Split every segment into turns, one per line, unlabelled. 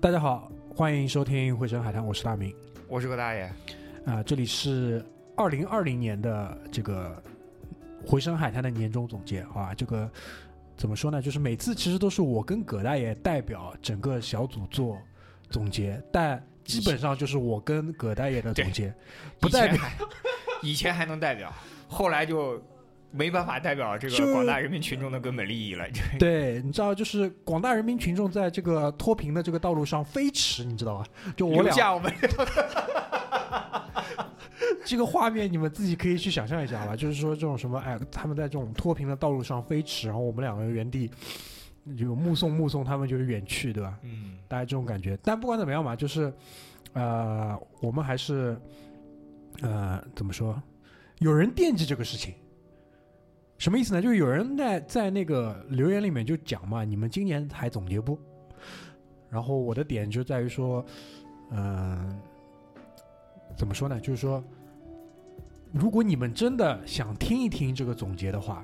大家好，欢迎收听《回声海滩》，我是大明。
我是个大爷，
啊、这里是二零二零年的这个回声海滩的年终总结啊。这个怎么说呢？就是每次其实都是我跟葛大爷代表整个小组做总结，但基本上就是我跟葛大爷的总结，不
以前
代表
还以前还能代表，后来就没办法代表这
就
个广大人民群众的根本利益了。这
对，你知道，就是广大人民群众在这个脱贫的这个道路上飞驰，你知道吧？就我
留
俩
下 我们
这个画面你们自己可以去想象一下，好吧？就是说这种什么，哎，他们在这种脱贫的道路上飞驰，然后我们两个人原地就目送目送他们就是远去，对吧？
嗯，
大概这种感觉。但不管怎么样嘛，就是呃，我们还是呃怎么说？有人惦记这个事情，什么意思呢？就是有人在在那个留言里面就讲嘛，你们今年还总结不？然后我的点就在于说，嗯、怎么说呢？就是说，如果你们真的想听一听这个总结的话，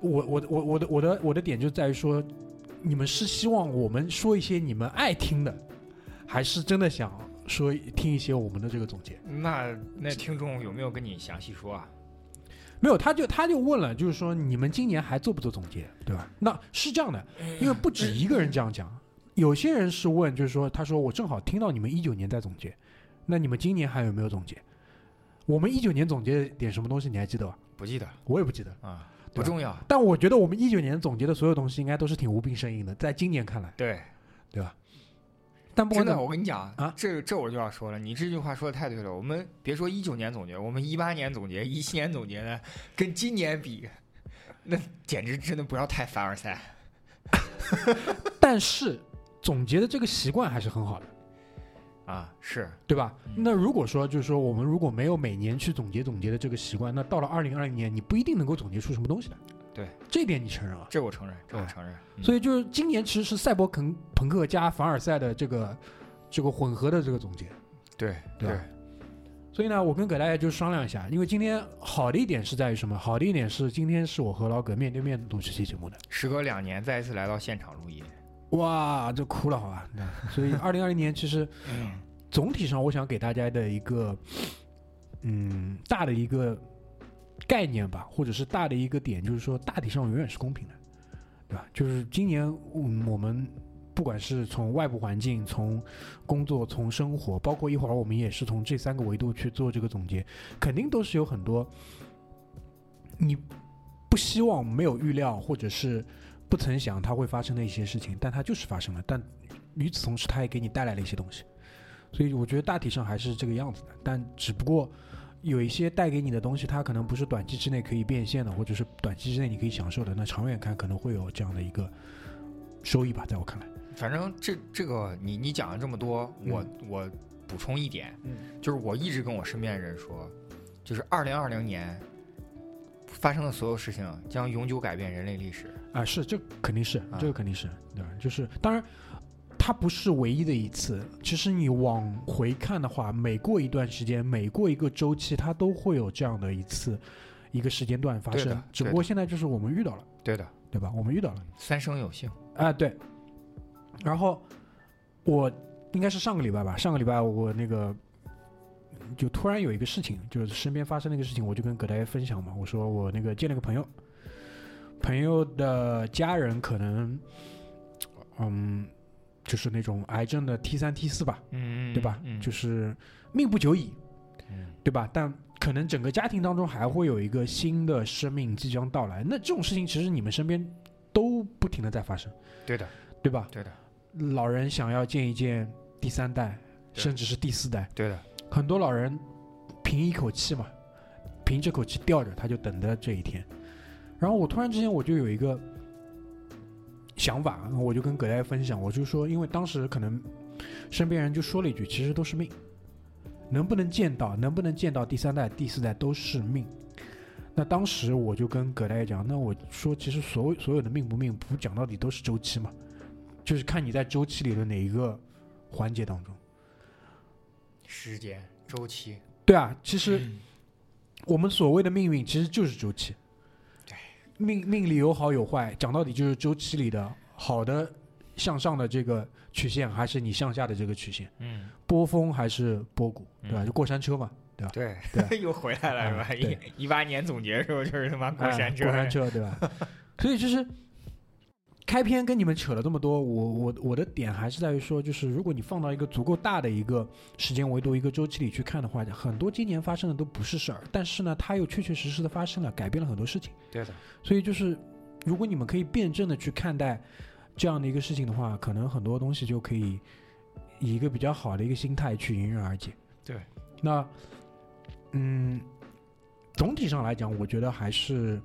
我我我我的我的我的点就在于说，你们是希望我们说一些你们爱听的，还是真的想说听一些我们的这个总结？
嗯那那听众有没有跟你详细说啊？
没有，他就他就问了，就是说你们今年还做不做总结，对
嗯
吧？那是这样的，
哎
因为不止一个人这样讲，有些人是问，就是说，他说我正好听到你们一九年在总结，那你们今年还有没有总结？我们一九年总结点什么东西，你还记得吧？
不记得
我也不记得，
啊，
对
不
吧
重要。
但我觉得我们一九年总结的所有东西，应该都是挺无病呻吟的，在今年看来，
对，
对吧？但不管
真
怎
的，
么，
我跟你讲
啊
这这我就要说了，你这句话说的太对了。我们别说一九年总结，我们一八年总结、一七年总结呢，跟今年比，那简直真的不要太凡尔赛。
但是总结的这个习惯还是很好的。
啊，是，
对吧？
嗯
那如果说就是说我们如果没有每年去总结总结的这个习惯，那到了二零二零年，你不一定能够总结出什么东西来。
对，
这一点你承认啊？
这我承认，这我承认。嗯
哎所以就是今年其实是赛博朋朋克加凡尔赛的这个这个混合的这个总结。
对
对啊吧所以呢，我跟葛大爷就商量一下，因为今天好的一点是在于什么？好的一点是今天是我和老葛面对面录这期节目的，
时隔两年再一次来到现场录音，
哇，这哭了好吧？所以二零二零年其实
嗯，
总体上，我想给大家的一个，嗯，大的一个概念吧，或者是大的一个点，就是说，大体上永远是公平的，对吧？就是今年，嗯，我们不管是从外部环境、从工作、从生活，包括一会儿我们也是从这三个维度去做这个总结，肯定都是有很多你不希望、没有预料，或者是不曾想它会发生的一些事情，但它就是发生了。但与此同时，它也给你带来了一些东西。所以我觉得大体上还是这个样子的，但只不过有一些带给你的东西，它可能不是短期之内可以变现的，或者是短期之内你可以享受的。那长远看可能会有这样的一个收益吧，在我看来，
反正这这个你你讲了这么多，我、我补充一点，
嗯
就是我一直跟我身边的人说，就是二零二零年发生的所有事情将永久改变人类历史。
啊，是这肯定是
啊，
这个肯定是，对吧？就是当然。它不是唯一的一次。其实你往回看的话，每过一段时间，每过一个周期，它都会有这样的一次一个时间段发
对的
生。只不
对
过现在就是我们遇到了，
对的，
对吧？我们遇到了。
三生有幸。
啊，对。然后我应该是上个礼拜吧，上个礼拜我那个就突然有一个事情，就是身边发生了一个事情，我就跟葛大爷分享嘛，我说我那个见了个朋友，朋友的家人可能，嗯，就是那种癌症的 T 三 T 四吧，
嗯
对吧？
嗯，
就是是命不久矣，
嗯
对吧？但可能整个家庭当中还会有一个新的生命即将到来，那这种事情其实你们身边都不停的在发生，
对的，
对吧？
对的，
老人想要见一见第三代，
对
甚至是第四代，
对的，
很多老人凭一口气嘛，凭这口气吊着，他就等着这一天。然后我突然之间我就有一个想法，我就跟葛大爷分享，我就说，因为当时可能身边人就说了一句，其实都是命，能不能见到，能不能见到第三代、第四代都是命。那当时我就跟葛大爷讲，那我说，其实所有所有的命不命，不讲到底都是周期嘛，就是看你在周期里的哪一个环节当中。
时间周期。
对啊，其实
嗯
我们所谓的命运其实就是周期。
对，
命命里有好有坏，讲到底就是周期里的好的向上的这个曲线，还是你向下的这个曲线，
嗯，
波峰还是波谷，对吧？
嗯
就过山车嘛，
对，
对
又回来了是吧？
啊对
一一八年总结的时候就是他妈过山车，
哎过山车，对吧？ 所以就是开篇跟你们扯了这么多，我我我的点还是在于说，就是如果你放到一个足够大的一个时间维度、一个周期里去看的话，很多今年发生的都不是事儿，但是呢，它又确确实实的发生了，改变了很多事情。
对的，
所以就是，如果你们可以辩证的去看待这样的一个事情的话，可能很多东西就可以以一个比较好的一个心态去迎刃而解。
对，
那嗯，总体上来讲，我觉得还是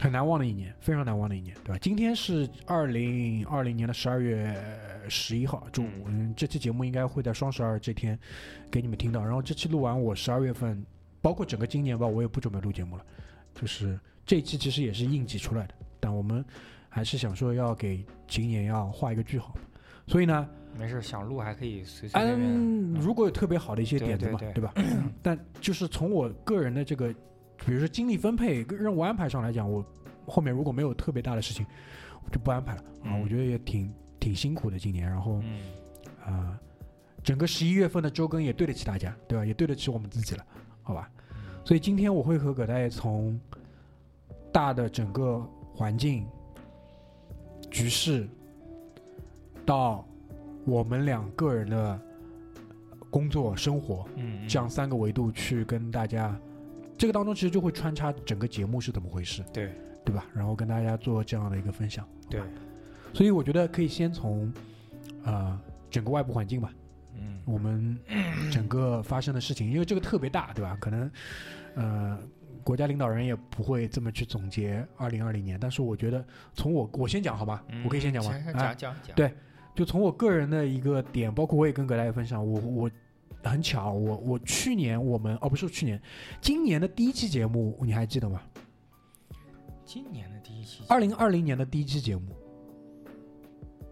很难忘的一年，非常难忘的一年，对吧？今天是二零二零年的十二月十一号，中午，嗯，这期节目应该会在双十二这天给你们听到。然后这期录完，我十二月份，包括整个今年吧，我也不准备录节目了。就是这一期其实也是应急出来的，但我们还是想说要给今年要画一个句号嘛。所以呢，
没事，想录还可以随随便
嗯，
便。
如果有特别好的一些
对
点子
对
嘛，
对嗯
吧？ 但就是从我个人的这个，比如说精力分配、任务安排上来讲，我后面如果没有特别大的事情，我就不安排了啊。
嗯
我觉得也挺挺辛苦的今年，然后
嗯，
啊、呃整个十一月份的周更也对得起大家，对吧？也对得起我们自己了，好吧？
嗯
所以今天我会和葛大爷从大的整个环境局势，到我们俩个人的工作生活
嗯，嗯
这样三个维度去跟大家，这个当中其实就会穿插整个节目是怎么回事，
对
对吧？然后跟大家做这样的一个分享。
对，
所以我觉得可以先从呃整个外部环境吧，
嗯，
我们整个发生的事情，因为这个特别大，对吧？可能，呃，国家领导人也不会这么去总结二零二零年，但是我觉得从我我先讲好吧，我可以先讲吗？
嗯
啊
讲讲讲，
对就从我个人的一个点，包括我也跟葛大爷分享，我我很巧，我我去年我们哦不是去年，今年的第一期节目你还记得吗？
今年的第一期，
二零二零年的第一期节目，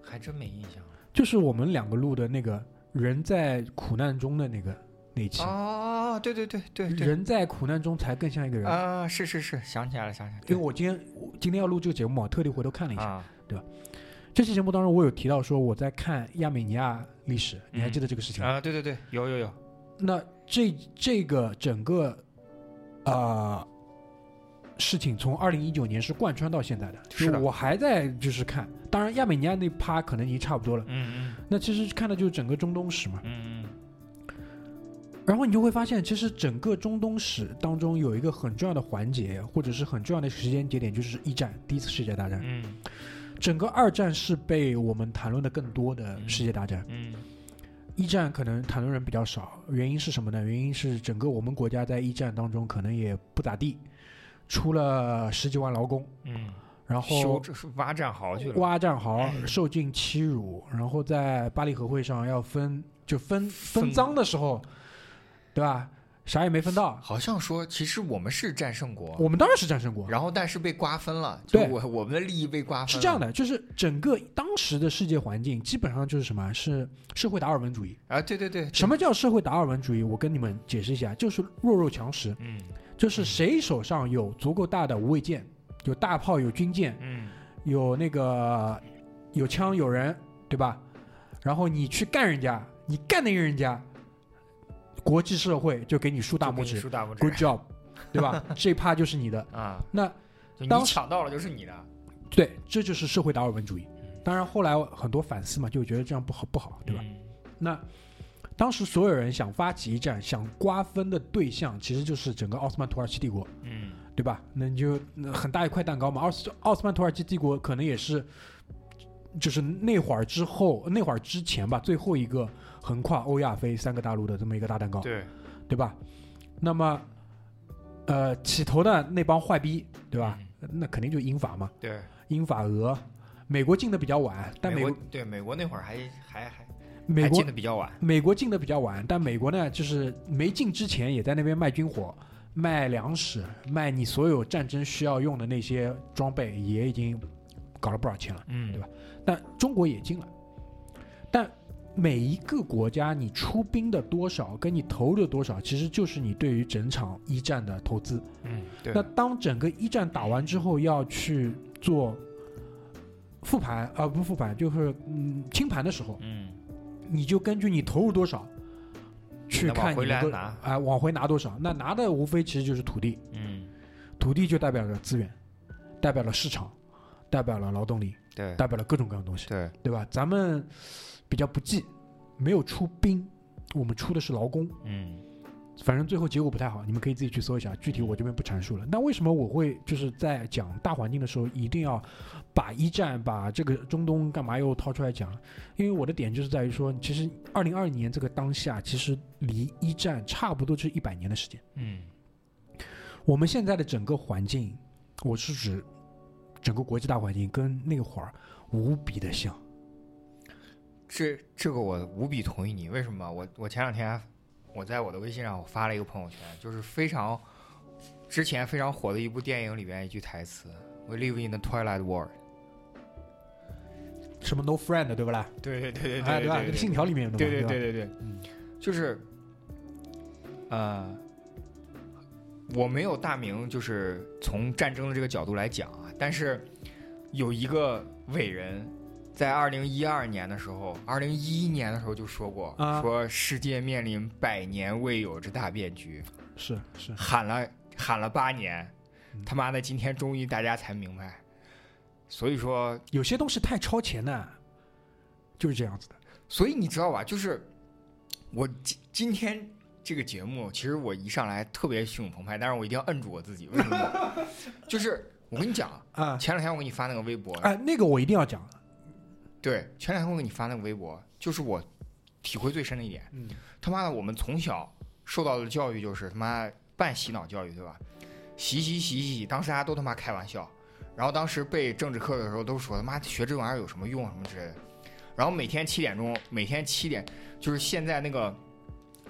还真没印象了。
就是我们两个录的那个人在苦难中的那个那一期，
哦，对对对对对，
人在苦难中才更像一个人。
啊，是是是，想起来了，想起来了
因为
对，
我今天我今天要录这个节目啊，特地回头看了一下、
啊，
这期节目，当中我有提到说我在看亚美尼亚历史，你还记得这个事情吗？
啊，对对对，有有有，
那这这个整个呃事情从二零一九年是贯穿到现在的，
是的
就我还在就是看，当然亚美尼亚那趴可能已经差不多了。
嗯嗯
那其实看的就是整个中东史嘛，
嗯嗯，
然后你就会发现，其实整个中东史当中有一个很重要的环节，或者是很重要的时间节点，就是一战，第一次世界大战。
嗯
整个二战是被我们谈论的更多的世界大战，
嗯
一战可能谈论人比较少，原因是什么呢？原因是整个我们国家在一战当中可能也不咋地，出了十几万劳工，
嗯，
然
修
后
这是挖战壕去了，
挖战壕，受尽欺辱，然后在巴黎和会上要分就分
分
分赃的时候，对吧？啥也没分到，
好像说其实我们是战胜国，
我们当然是战胜国。
然后但是被瓜分了，就
对
我我们的利益被瓜分，
是这样
的
的，就是整个当时的世界环境基本上就是什么？是社会达尔文主义。
啊，对对对，对
什？么叫社会达尔文主义？我跟你们解释一下，就是弱肉强食，
嗯
就是谁手上有足够大的无畏舰，有大炮，有军舰，
嗯
有那个有枪有人，对吧？然后你去干人家，你干那个人家，国际社会就给你竖大
就给
拇
你
指
竖大拇
，Good
指
job，对吧？这趴就是你的。
啊，
那
就
当
你
时
抢到了就是你的，
对，这就是社会达尔文主义。当然，后来很多反思嘛，就觉得这样不好，不好，对吧？
嗯？
那当时所有人想发起一战、想瓜分的对象，其实就是整个奥斯曼土耳其帝国，
嗯
对吧？那你就那很大一块蛋糕嘛。奥斯奥斯曼土耳其帝国可能也是，就是那会儿之后、那会儿之前吧，最后一个横跨欧亚非三个大陆的这么一个大蛋糕，
对，
对吧？那么，呃，起头的那帮坏逼，对吧？
嗯？
那肯定就英法嘛，
对，
英法俄。美国进的比较晚，但美
国
国
对美国那会儿还还还
美
还
国哎
进的比较晚，
美国进的比较晚，但美国呢，就是没进之前也在那边卖军火、卖粮食、卖你所有战争需要用的那些装备，也已经搞了不少钱了。
嗯
对吧但中国也进了，但每一个国家你出兵的多少，跟你投入的多少，其实就是你对于整场一战的投资。
嗯，对
那，当整个一战打完之后，要去做复盘啊、不是复盘，就是嗯清盘的时候，
嗯，
你就根据你投入多少去
那往
看你
回来
能够
拿
啊往回拿多少。那拿的无非其实就是土地，
嗯，
土地就代表了资源，代表了市场，代表了劳动力，
对
代表了各种各样的东西，
对，
对吧？咱们比较不济，没有出兵，我们出的是劳工。
嗯
反正最后结果不太好，你们可以自己去搜一下，具体我这边不阐述了。那为什么我会就是在讲大环境的时候，一定要把一战、把这个中东干嘛又掏出来讲？因为我的点就是在于说，其实二零二年这个当下，其实离一战差不多是一百年的时间。
嗯
我们现在的整个环境，我是指整个国际大环境跟那会儿无比的像。
这这个我无比同意你，为什么？我我前两天我在我的微信上我发了一个朋友圈，就是非常之前非常火的一部电影里边一句台词：“We live in the twilight world。
什么 no friend 对不啦？”
对对对
哎，吧？这个信条里面的嘛，
对对
吧
对对对，
嗯
就是，呃，我没有大明，就是从战争的这个角度来讲啊，但是有一个伟人，在二零一二年的时候，二零一一年的时候就说过，
啊
说世界面临百年未有之大变局，
是是，
喊了喊了八年
嗯，
他妈的，今天终于大家才明白，所以说
有些东西太超前了，就是这样子的。
所以你知道吧？就是我今今天这个节目，其实我一上来特别汹涌澎湃，但是我一定要摁住我自己。为什么呢？ 就是我跟你讲，
啊
前两天我给你发那个微博，
哎，那个我一定要讲。
对，前两天我给你发那个微博，就是我体会最深的一点。
嗯
他妈的，我们从小受到的教育就是他妈半洗脑教育，对吧？洗洗洗洗洗，当时大家都他妈开玩笑，然后当时备政治课的时候都说他妈学这玩意儿有什么用什么之类的，然后每天七点钟，每天七点就是现在那个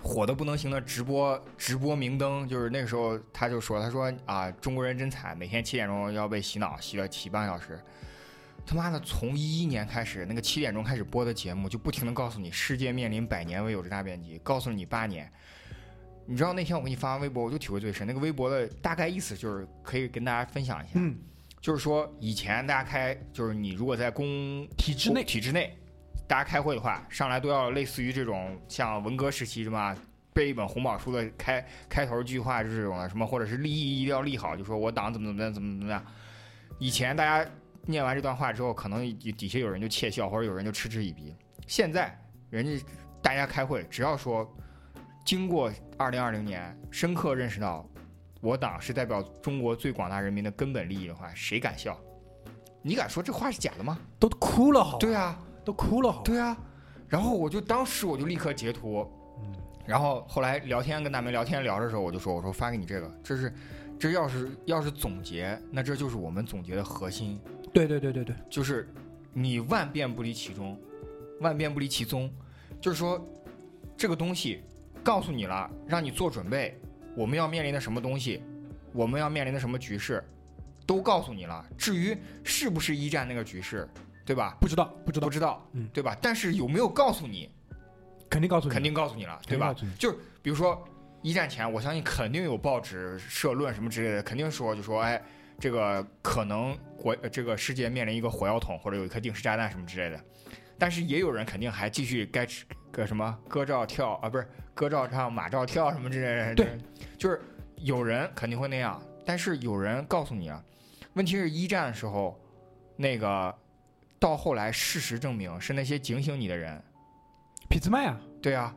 火的不能行的直播直播明灯，就是那个时候他就说他说啊中国人真惨，每天七点钟要被洗脑洗了洗半个小时。他妈的，从一一年开始，那个七点钟开始播的节目，就不停的告诉你世界面临百年未有之大变局，告诉你八年。你知道那天我给你发完微博，我就体会最深。那个微博的大概意思就是可以跟大家分享一下，
嗯，
就是说以前大家开，就是你如果在公
体制内
体制内，大家开会的话，上来都要类似于这种像文革时期什么背一本红宝书的开开头句话就是这种的，什么或者是立意一定要立好，就说我党怎么怎么样怎么怎么样。以前大家念完这段话之后，可能底底下有人就窃笑，或者有人就嗤之以鼻。现在人家大家开会，只要说经过二零二零年，深刻认识到我党是代表中国最广大人民的根本利益的话，谁敢笑？你敢说这话是假的吗？
都哭了好，
对，啊，
都哭了好。
对啊，然后我就当时我就立刻截图，
嗯
然后后来聊天跟大梅聊天聊的时候，我就说我说发给你这个，这是这要是要是总结，那这就是我们总结的核心，
对对对对对，
就是你万变不离其中，万变不离其宗，就是说这个东西告诉你了，让你做准备，我们要面临的什么东西，我们要面临的什么局势，都告诉你了。至于是不是一战那个局势，对吧？
不知道不知道
不，知道，
嗯
对吧？但是有没有告诉你，
肯定告诉你，
肯定告诉你了，
肯
对
定
吧
告？诉你
就是比如说一战前，我相信肯定有报纸、社论什么之类的，肯定说就说，哎，这个可能国呃这个世界面临一个火药桶，或者有一颗定时炸弹什么之类的。但是也有人肯定还继续该吃个什么歌照跳啊，不是歌照唱马照跳什么之类的。
对，
就是有人肯定会那样，但是有人告诉你啊，问题是一战的时候，那个到后来事实证明是那些警醒你的人，
痞子卖啊，
对啊，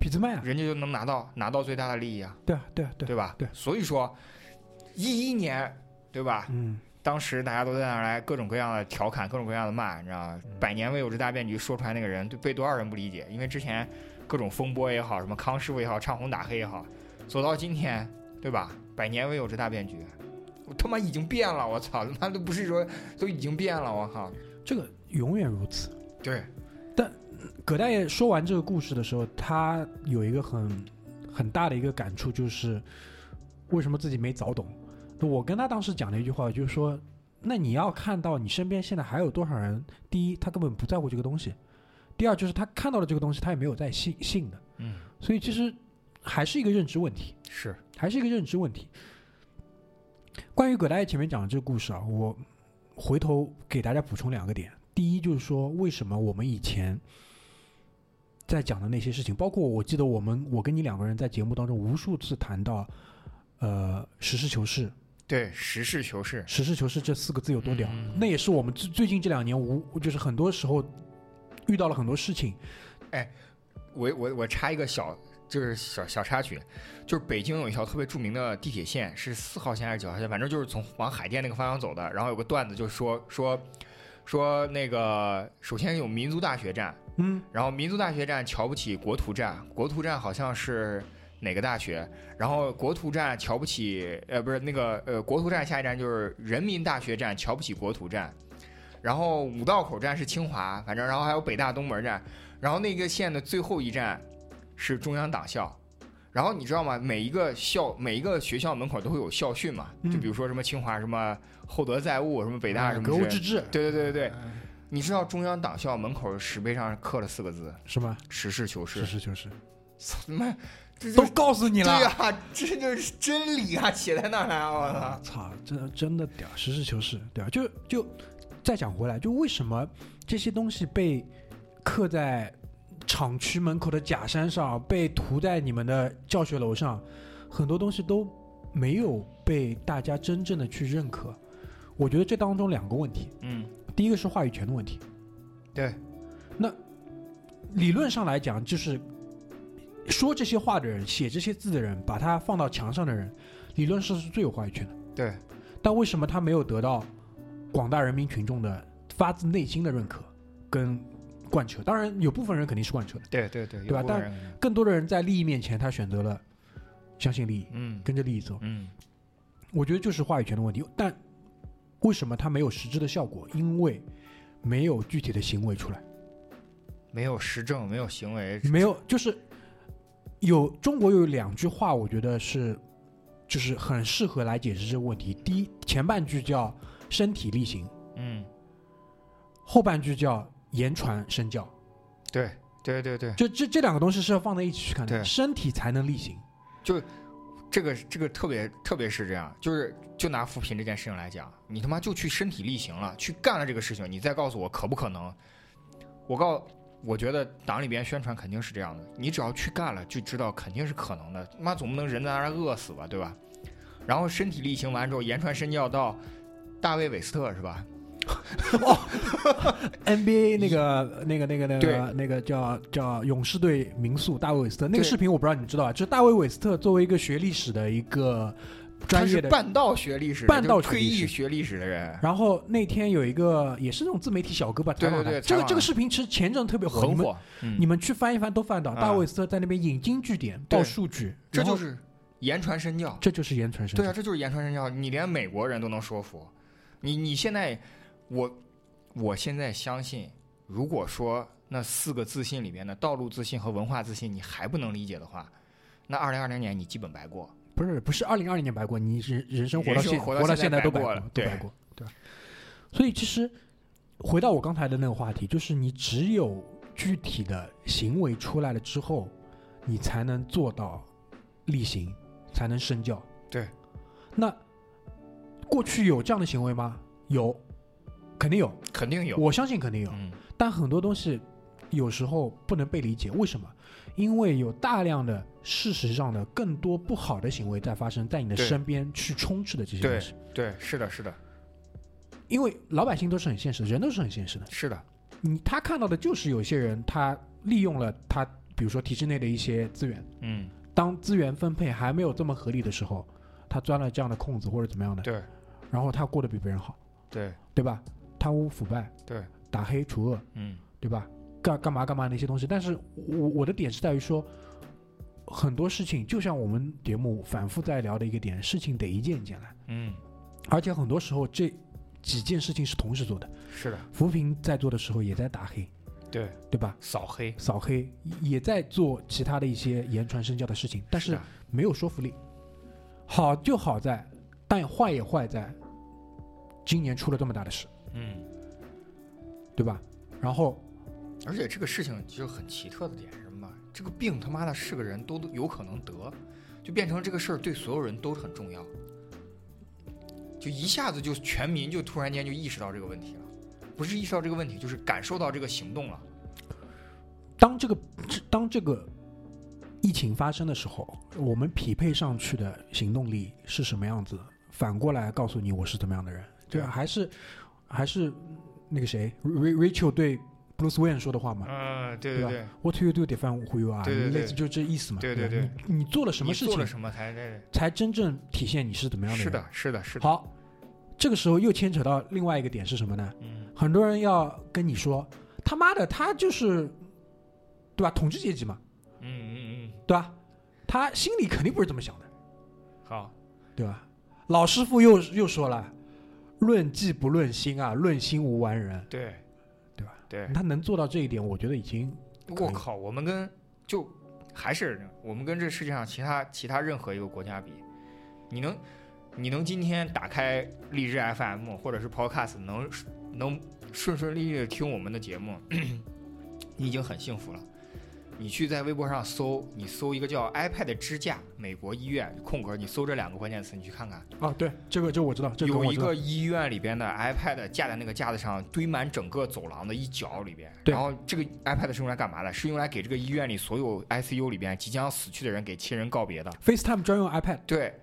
痞子卖啊，
人家就能拿到拿到最大的利益啊。
对啊对啊对啊，
对吧？
对
所以说一一年，对吧？
嗯，
当时大家都在那儿来各种各样的调侃，各种各样的骂，你知道吗？
嗯
百年未有之大变局说出来那个人，对被多少人不理解？因为之前各种风波也好，什么康师傅也好，唱红打黑也好，走到今天，对吧？百年未有之大变局，我他妈已经变了，我操，他妈都不是说都已经变了，我靠，
这个永远如此。
对，
葛大爷说完这个故事的时候，他有一个很很大的一个感触，就是为什么自己没早懂。我跟他当时讲了一句话，就是说，那你要看到你身边现在还有多少人，第一，他根本不在乎这个东西；第二，就是他看到了这个东西，他也没有再信信的。
嗯，
所以其实还是一个认知问题，
是，
还是一个认知问题。关于葛大爷前面讲的这个故事啊，我回头给大家补充两个点。第一就是说，为什么我们以前在讲的那些事情，包括我记得我们我跟你两个人在节目当中无数次谈到，呃，实事求是，
对，实事求是，
实事求是这四个字有多屌，
嗯
那也是我们最最近这两年无就是很多时候遇到了很多事情，
我我我插一个小，就是小小插曲，就是北京有一条特别著名的地铁线，是四号线还是九号线，反正就是从往海淀那个方向走的。然后有个段子就说说说那个，首先有民族大学站，
嗯，
然后民族大学站瞧不起国图站，国图站好像是哪个大学？然后国图站瞧不起，呃，不是那个呃，国图站下一站就是人民大学站，瞧不起国图站。然后五道口站是清华，反正然后还有北大东门站，然后那个线的最后一站是中央党校。然后你知道吗？每一个校每一个学校门口都会有校训嘛，
嗯哎
就比如说什么清华什么厚德载物，什么北大什么之
格
类
物
的
致知
对对对对对，
嗯
你知道中央党校门口石碑上刻了四个字
是吗？
“实事求是
实”，事求是，
操他 妈，这
都
就
告诉你
对
了。
呀，这就是真理啊，写在那儿啊，我操！
操，真真的屌，实事求是，对吧？就就再讲回来，就为什么这些东西被刻在厂区门口的假山上，被涂在你们的教学楼上，很多东西都没有被大家真正的去认可。我觉得这当中两个问题，
嗯，
第一个是话语权的问题，
对，
理论上来讲，就是说这些话的人、写这些字的人、把它放到墙上的人，理论上是最有话语权的。
对，
但为什么他没有得到广大人民群众的发自内心的认可跟贯彻？当然，有部分人肯定是贯彻的，
对对对，
对吧
有
但
部分人
更多的人在利益面前，他选择了相信利益，
嗯
跟着利益走。
嗯，
我觉得就是话语权的问题。但为什么它没有实质的效果？因为没有具体的行为出来。
没有实证，没有行为，
没有，就是有中国有两句话，我觉得是就是很适合来解释这个问题。第一，前半句叫“身体力行
嗯，”，
后半句叫“言传身教
对对对对”。，
就这这两个东西是要放在一起去看的，
对
身体才能力行。
这个这个特别特别是这样，就是就拿扶贫这件事情来讲，你他妈就去身体力行了，去干了这个事情，你再告诉我可不可能？我告，我觉得党里边宣传肯定是这样的，你只要去干了，就知道肯定是可能的。妈总不能人在那儿饿死吧，对吧？然后身体力行完之后，言传身教到大卫韦斯特是吧？
NBA 那个那个那个那个
对
那个叫叫勇士队名宿大卫韦斯特那个
对
视频，我不知道你们知道啊，就是大卫韦斯特作为一个学历史的一个专业
他是
的
半道学历史的，
半道
就是退
学历史
役学历史的人，
然后那天有一个也是那种自媒体小哥吧，
对
采访
对
他
对
这
采
个
访
这个视频其实前阵特别火，你嗯
很
们
火。嗯
你们去翻一翻都翻得到，
啊
大卫斯特在那边引经据典
对
报数据，
这
然后
就是言传身教。
这就是言传身
对
教
啊，，这就是言传身教，你连美国人都能说服。你你现在，我我现在相信，如果说那四个自信里边的道路自信和文化自信你还不能理解的话，那二零二零年你基本白过。
不是不是二零二零年白过，你人人生活到
人生
现
活到
到
现在
在都
白
白
过了
都
对
白过，对吧？所以其实回到我刚才的那个话题，就是你只有具体的行为出来了之后，你才能做到力行，才能身教。
对，
那过去有这样的行为吗？有，肯定有，
肯定有，
我相信肯定有。
嗯，
但很多东西有时候不能被理解，为什么？因为有大量的事实上的更多不好的行为在发生在你的
对
身边去充斥的这些东西。
对，是的，是的，
因为老百姓都是很现实的，人都是很现实的。
是的，
你他看到的就是有些人他利用了他，比如说体制内的一些资源，
嗯，
当资源分配还没有这么合理的时候，他钻了这样的空子或者怎么样的，
对
然后他过得比别人好，
对
对吧？贪污腐败，
对，
打黑除恶，
嗯，
对吧？干干嘛干嘛那些东西。但是我我的点是在于说，很多事情就像我们节目反复在聊的一个点，事情得一件一件来，
嗯，
而且很多时候这几件事情是同时做的。
是的，
扶贫在做的时候也在打黑，
对，
对吧？
扫黑，
扫黑也在做其他的一些言传身教的事情，但是
的
没有说服力。好就好在，但坏也坏在，今年出了这么大的事，
嗯。
对吧？然后
而且这个事情就很奇特的点是什么？这个病他妈的是个人都有可能得，就变成这个事儿对所有人都很重要，就一下子就全民就突然间就意识到这个问题了。不是意识到这个问题，就是感受到这个行动了。
当这个这当这个疫情发生的时候，我们匹配上去的行动力是什么样子？反过来告诉你我是怎么样的人，对吧？
对啊
还是还是那个谁，Ra-，Rachel 对 Bruce Wayne 说的话嘛
嗯，对
啊对
对，
？What you do define who you are，
对对对
类似就这意思嘛。
对
对
对
吧你你做了什么
你
事
做
情
了，什么才这？
才真正体现你是怎么样的
是
人？
的，是的，是的。
好，这个时候又牵扯到另外一个点是什么呢？
嗯，
很多人要跟你说，他妈的，他就是，对吧？统治阶级嘛，
嗯嗯
对吧？他心里肯定不是这么想的，
嗯，好，
对啊吧？老师傅又又说了，论迹不论心啊，论心无完人。
对，
对吧？
对，
他能做到这一点，我觉得已经
我靠，我们跟就还是我们跟这世界上其他其他任何一个国家比，你能你能今天打开荔枝 FM 或者是 Podcast 能能顺顺利利的听我们的节目， 你已经很幸福了。你去在微博上搜，你搜一个叫 iPad 支架美国医院空格，你搜这两个关键词，你去看看，
啊，对，这个这个我知道，这个
有
我
一
知道
个医院里边的 iPad 架在那个架子上，堆满整个走廊的一角里边。
对
然后这个 iPad 是用来干嘛的？是用来给这个医院里所有 ICU 里边即将死去的人给亲人告别的。
FaceTime 专用 iPad，
对，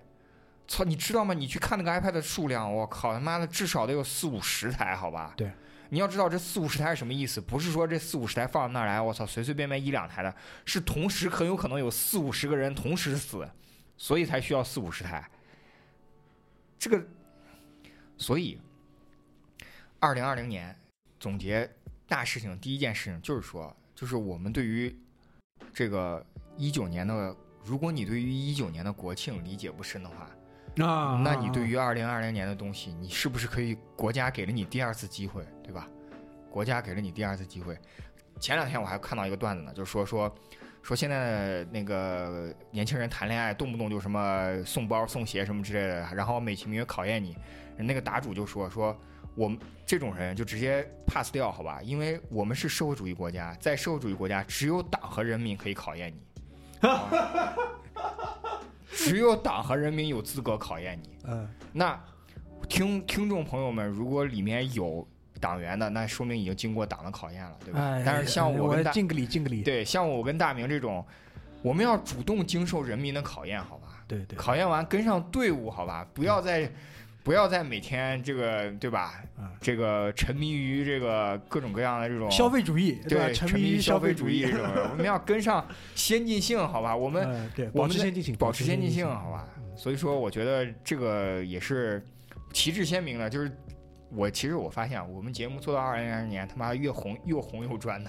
操，你知道吗？你去看那个 iPad 的数量，我靠，他妈的至少得有四五十台，好吧？
对。
你要知道这四五十台是什么意思？不是说这四五十台放到那儿来，我操，随随便便一两台的，是同时很有可能有四五十个人同时死，所以才需要四五十台。这个，所以，二零二零年总结大事情第一件事情就是说，就是我们对于这个一九年的，如果你对于一九年的国庆理解不深的话，
啊，
那你对于二零二零年的东西，你是不是可以？国家给了你第二次机会，对吧？国家给了你第二次机会。前两天我还看到一个段子呢，就是说说说现在那个年轻人谈恋爱，动不动就什么送包、送鞋什么之类的，然后美其名曰考验你。那个答主就说说我们这种人就直接 pass 掉，好吧？因为我们是社会主义国家，在社会主义国家，只有党和人民可以考验你，只有党和人民有资格考验你。
嗯
那听听众朋友们，如果里面有党员的，那说明已经经过党的考验了，对吧？
哎，
但是像
我
跟大
敬个礼，敬个礼，
对像我跟大明这种，我们要主动经受人民的考验，好吧？
对对，
考验完跟上队伍，好吧？不要再、不要再每天这个对吧？
嗯
这个沉迷于这个各种各样的这种
消费主义吧？
对
沉
迷
于
消
费
主
义
义，这种，我们要跟上先进性，好吧？我们
嗯，对，
我
保
们
持
在
先进性，
保持先进性，好吧
嗯？
所以说，我觉得这个也是旗帜鲜明的，就是。我其实我发现，啊我们节目做到二零二零年，他妈越红越红又专的，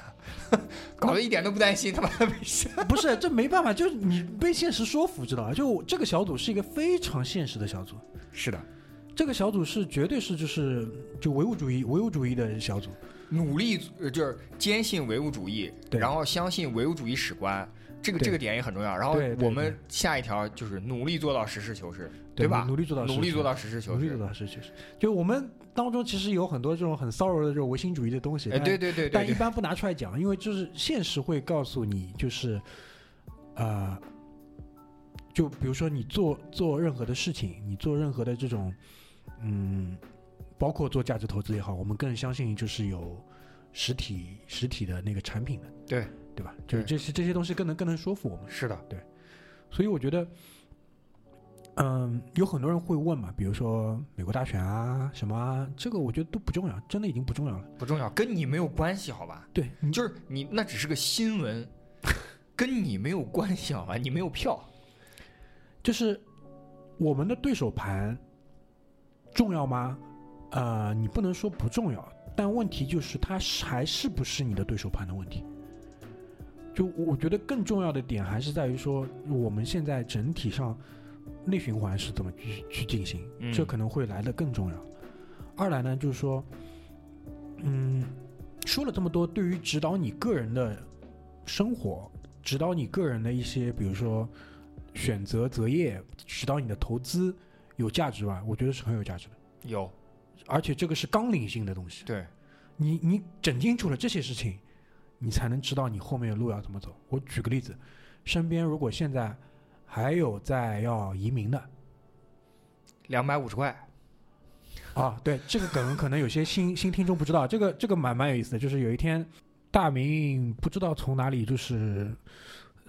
搞得一点都不担心他妈的没事。
不是，这没办法，就是你被现实说服，知道吧？就我这个小组是一个非常现实的小组，
是的，
这个小组是绝对是就是就唯物主义唯物主义的小组，
努力呃就是坚信唯物主义，
对
然后相信唯物主义史观，这个
对
这个点也很重要。然后
对对
我们下一条就是努力做到实事求是，
对
吧？
努力做到
努力做
到
到实事
努
求
力
是
做。到是确实，就我们当中其实有很多这种很骚扰的这种唯心主义的东西，
哎，
但
对对对对
但一
对，
般不拿出来讲，因为就是现实会告诉你，就是，呃，就比如说你做做任何的事情，你做任何的这种，嗯，包括做价值投资也好，我们更相信就是有实体实体的那个产品的，
对
对吧？就是
对
这些这些东西更能更能说服我们，
是的，
所以我觉得。嗯，有很多人会问嘛，比如说美国大选啊，什么啊，这个我觉得都不重要，真的已经不重要了。
不重要，跟你没有关系，好吧？
对，你
就是你那只是个新 闻，跟你没有关系好吧？你没有票，
就是我们的对手盘重要吗？呃，你不能说不重要，但问题就是它是还是不是你的对手盘的问题。就我我觉得更重要的点还是在于说，我们现在整体上内循环是怎么去去进行，
嗯
这可能会来的更重要。二来呢，就是说，嗯，说了这么多，对于指导你个人的生活，指导你个人的一些，比如说选择择业，指导你的投资，有价值吧？我觉得是很有价值的，
有
而且这个是纲领性的东西。
对，
你你整清楚了这些事情，你才能知道你后面的路要怎么走。我举个例子，身边如果现在还有在要移民的，
两百五十块，
啊，对这个梗，可能有些新新听众不知道，这个这个蛮蛮有意思的。就是有一天，大明不知道从哪里就是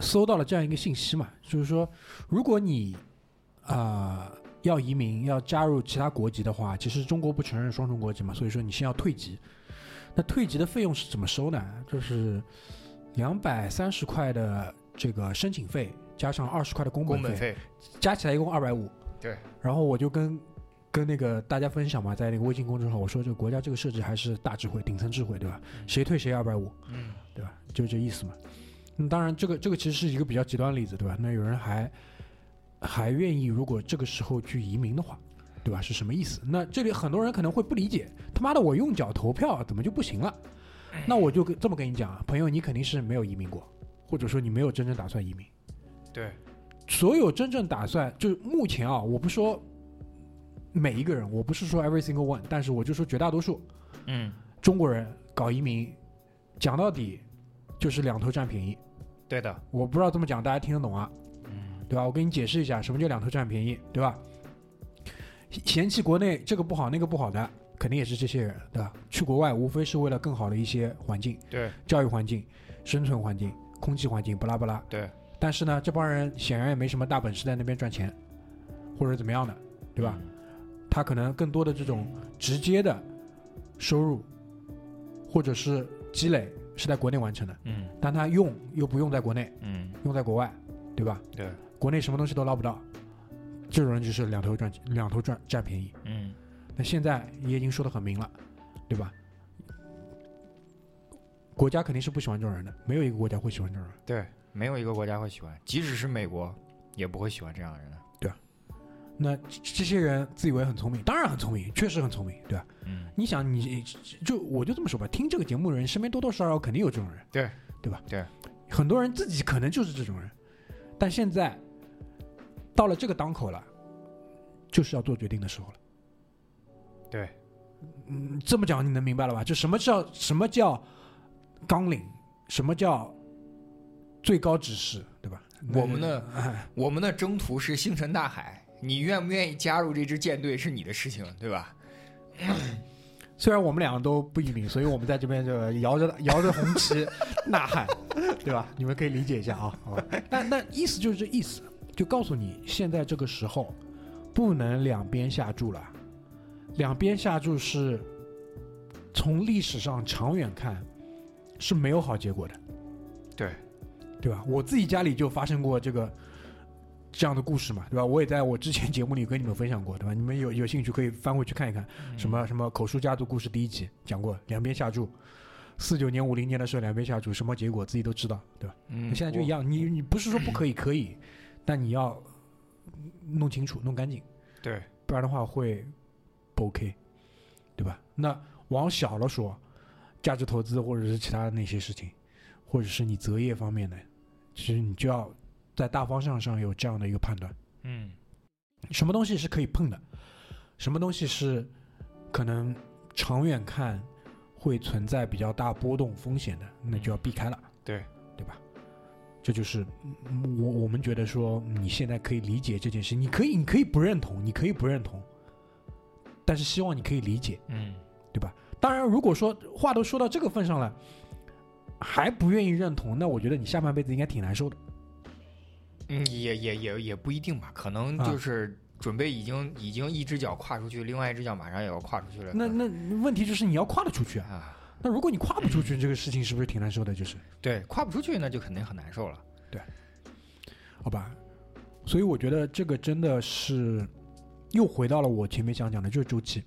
搜到了这样一个信息嘛，就是说，如果你啊、要移民，要加入其他国籍的话，其实中国不承认双重国籍嘛，所以说你先要退籍。那退籍的费用是怎么收呢？就是两百三十块的这个申请费，加上二十块的工
工
本
本
费，
费，
加起来一共二百五。
对。
然后我就跟跟那个大家分享嘛，在那个微信公众号，我说这个国家这个设置还是大智慧、顶层智慧，对吧？谁退谁二百五，
嗯，
对吧？就这意思嘛。那当然，这个这个其实是一个比较极端的例子，对吧？那有人还还愿意，如果这个时候去移民的话，对吧？是什么意思？那这里很多人可能会不理解，他妈的，我用脚投票怎么就不行了？那我就跟这么跟你讲啊，朋友，你肯定是没有移民过，或者说你没有真正打算移民。
对，
所有真正打算，就是目前啊，我不说每一个人，我不是说 every single one，但是我就说绝大多数
嗯，
中国人搞移民，讲到底就是两头占便宜。
对的，
我不知道这么讲大家听得懂啊？
嗯，
对吧？我给你解释一下，什么叫两头占便宜，对吧？嫌弃国内这个不好那个不好的，肯定也是这些人，对吧？去国外无非是为了更好的一些环境、
对
教育环境、生存环境、空气环境，巴拉巴拉。
对，
但是呢，这帮人显然也没什么大本事在那边赚钱，或者怎么样的，对
嗯
吧？？他可能更多的这种直接的收入，或者是积累是在国内完成的，
嗯
但他用又不用在国内，
嗯，
用在国外，对吧？
对，
国内什么东西都捞不到，这种人就是两头赚两头赚占便宜。
嗯
那现在也已经说得很明了，对吧？国家肯定是不喜欢这种人的，没有一个国家会喜欢这种人。
对，没有一个国家会喜欢，即使是美国，也不会喜欢这样的人的。
那这这些人自以为很聪明，当然很聪明，确实很聪明，对吧？
嗯，
你想你，就我就这么说吧，听这个节目的人身边多多少少肯定有这种人，
对
对吧？
对，
很多人自己可能就是这种人，但现在到了这个档口了，就是要做决定的时候了。
对，
嗯，这么讲你能明白了吧？就什么叫什么叫纲领，什么叫最高指示，对吧？
我们的
哎
我们的征途是星辰大海，你愿不愿意加入这支舰队是你的事情，对吧？
虽然我们两个都不移民，所以我们在这边就摇着摇着红旗呐喊， 对吧？你们可以理解一下啊。好吧那那意思就是这意思，就告诉你现在这个时候不能两边下注了，两边下注是从历史上长远看是没有好结果的，
对
对吧？我自己家里就发生过这个。这样的故事嘛，对吧？我也在我之前节目里跟你们分享过，对吧？你们有有兴趣可以翻回去看一看。
嗯
什？么什么口述家族故事第一集讲过，两边下注，四九年五零年的时候两边下注，什么结果自己都知道，对吧？
嗯，
现在就一
样。
样，你你不是说不可以，可以，但你要弄清楚、弄干净，
对，
不然的话会不 OK，对吧？那往小了说，价值投资或者是其他的那些事情，或者是你择业方面的，其实你就要在大方向上有这样的一个判断。
嗯
什么东西是可以碰的，什么东西是可能长远看会存在比较大波动风险的，那就要避开了。
对，
对吧？这就是嗯我我们觉得说，你现在可以理解这件事，你可以你可以不认同，你可以不认同，但是希望你可以理解。
嗯，
当然，如果说话都说到这个份上了，还不愿意认同，那我觉得你下半辈子应该挺难受的。
嗯，也也也也不一定吧，可能
啊
就是准备已经已经一只脚跨出去，另外一只脚马上也要跨出去了。
那那问题就是你要跨得出去啊。
啊，
那如果你跨不出去，这个事情是不是挺难受的？就是。
对，跨不出去那就肯定很难受了。
好吧，所以我觉得这个真的是又回到了我前面想讲的，就是周期。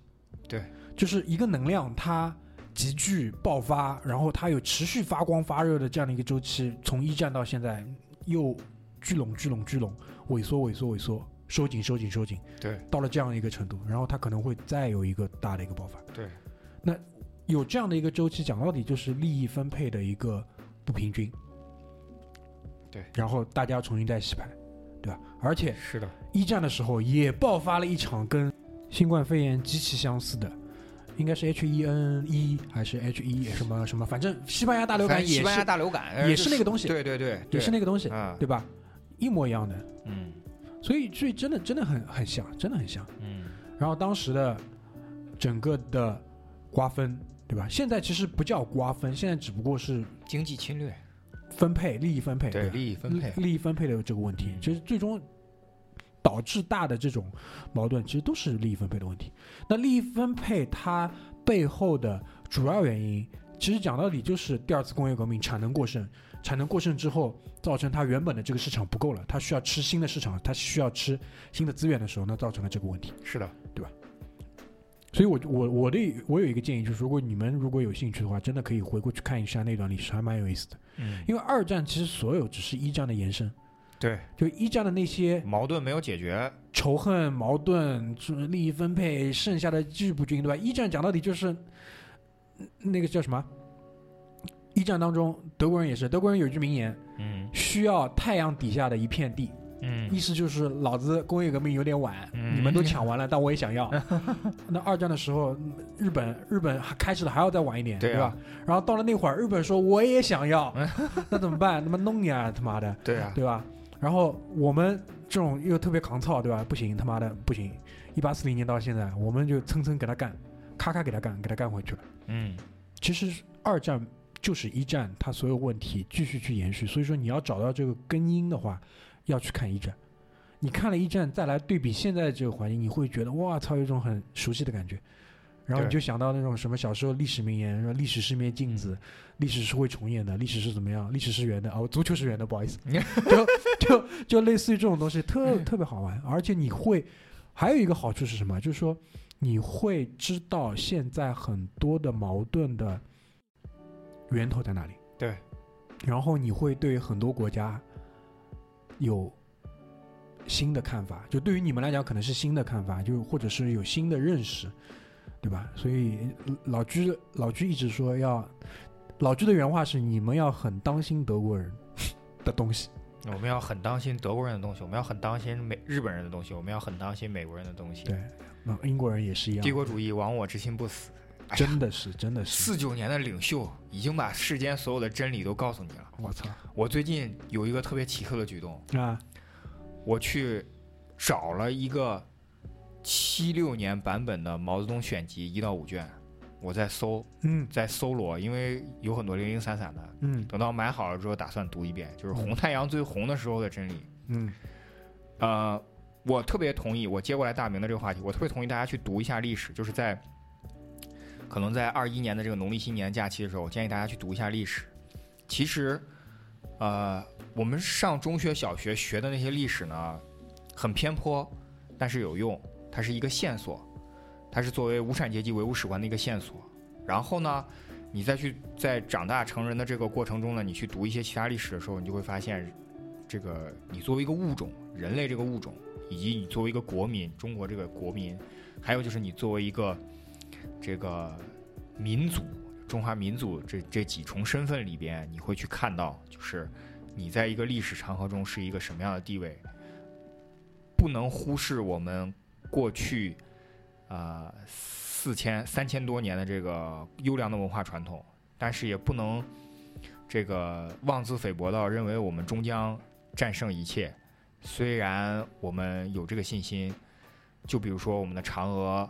对，
就是一个能量它急剧爆发，然后它有持续发光发热的这样的一个周期，从一战到现在又聚拢聚拢聚拢，萎缩萎缩萎缩，收紧收紧收紧，
对，
到了这样一个程度，然后它可能会再有一个大的一个爆发。
对，
那有这样的一个周期，讲到底就是利益分配的一个不平均。
对，
然后大家重新再洗牌，对吧？而且
是的，
一战的时候也爆发了一场跟新冠肺炎极其相似的，应该是 H 1 N 1还是 H 1什么什么，反正西班牙大流
反
感
正西
也
班牙
是
大流感
也是那个东西，
对对对，
也
对
是那个东西，
啊，
对吧？一模一样的，
嗯
所以所以真的真的很很像，真的很像。
嗯
然后当时的整个的瓜分，对吧？现在其实不叫瓜分，现在只不过是
经济侵略，
分配利益分配，对吧嗯
利益分配，啊
利益分配的这个问题，其实最终导致大的这种矛盾，其实都是利益分配的问题。那利益分配它背后的主要原因，其实讲道理就是第二次工业革命产能过剩，产能过剩之后，造成它原本的这个市场不够了，它需要吃新的市场，它需要吃新的资源的时候，那造成了这个问题。
是的，
所以我，我我的我有一个建议，就是如果你们如果有兴趣的话，真的可以回过去看一下那段历史，还蛮有意思的。
嗯，
因为二战其实所有只是一战的延伸，
对，
就一战的那些
矛盾没有解决，
仇恨、矛盾、利益分配，剩下的日不军，对吧？一战讲到底就是嗯那个叫什么？一战当中，德国人也是，德国人有一句名言：
嗯
需要太阳底下的一片地，
嗯
意思就是老子工业革命有点晚，
嗯
你们都抢完了，但我也想 要。那二战的时候，日本日本还开始的还要再晚一点，
对啊
吧？然后到了那会儿，日本说我也想 要，那怎么办？他妈弄你啊，他妈的！
对啊，
对吧？然后我们这种又特别扛操，对吧？不行，他妈的不行！一八四零年到现在，我们就蹭蹭给他干，咔咔给他干，给他干回去了。
嗯，
其实二战就是一战，它所有问题继续去延续。所以说，你要找到这个根因的话，要去看一战。你看了一战，再来对比现在的这个环境，你会觉得哇操，有一种很熟悉的感觉。然后你
对
就想到那种什么小时候历史名言，说历史是面镜子，历史是会重演的，历史是怎么样，历史是圆的哦，足球是圆的，不好意思，就就就类似于这种东西，特特别好玩。而且你会还有一个好处是什么？就是说你会知道现在很多的矛盾的源头在哪里。
对，
然后你会对很多国家有新的看法，就对于你们来讲可能是新的看法，就或者是有新的认识，对吧？所以呃老居老居一直说要，老居的原话是你们要很当心德国人 的东西。
我们要很当心德国人的东西，我们要很当心美日本人的东西，我们要很当心美国人的东西。
对，那英国人也是一样
帝，国主义亡我之心不死。哎呀
真的是真的是，
四九年的领袖已经把世间所有的真理都告诉你了。
我操
我最近有一个特别奇特的举动，
啊！
我去找了一个七六年版本的《毛泽东选集》一到五卷，我在搜，
嗯
在搜罗，因为有很多零零散散的。
嗯
等到买好了之后，打算读一遍，就是红太阳最红的时候的真理。
嗯
呃，我特别同意，我接过来大明的这个话题，我特别同意大家去读一下历史，就是在可能在二一年的这个农历新年假期的时候，我建议大家去读一下历史。其实，呃，我们上中学、小学学的那些历史呢，很偏颇，但是有用，它是一个线索，它是作为无产阶级唯物史观的一个线索。然后呢，你再去在长大成人的这个过程中呢，你去读一些其他历史的时候，你就会发现，这个你作为一个物种，人类这个物种，以及你作为一个国民，中国这个国民，还有就是你作为一个这个民族，中华民族这这几重身份里边，你会去看到，就是你在一个历史长河中是一个什么样的地位，不能忽视我们过去啊四千三千多年的这个优良的文化传统，但是也不能这个妄自菲薄到认为我们终将战胜一切。虽然我们有这个信心，就比如说我们的嫦娥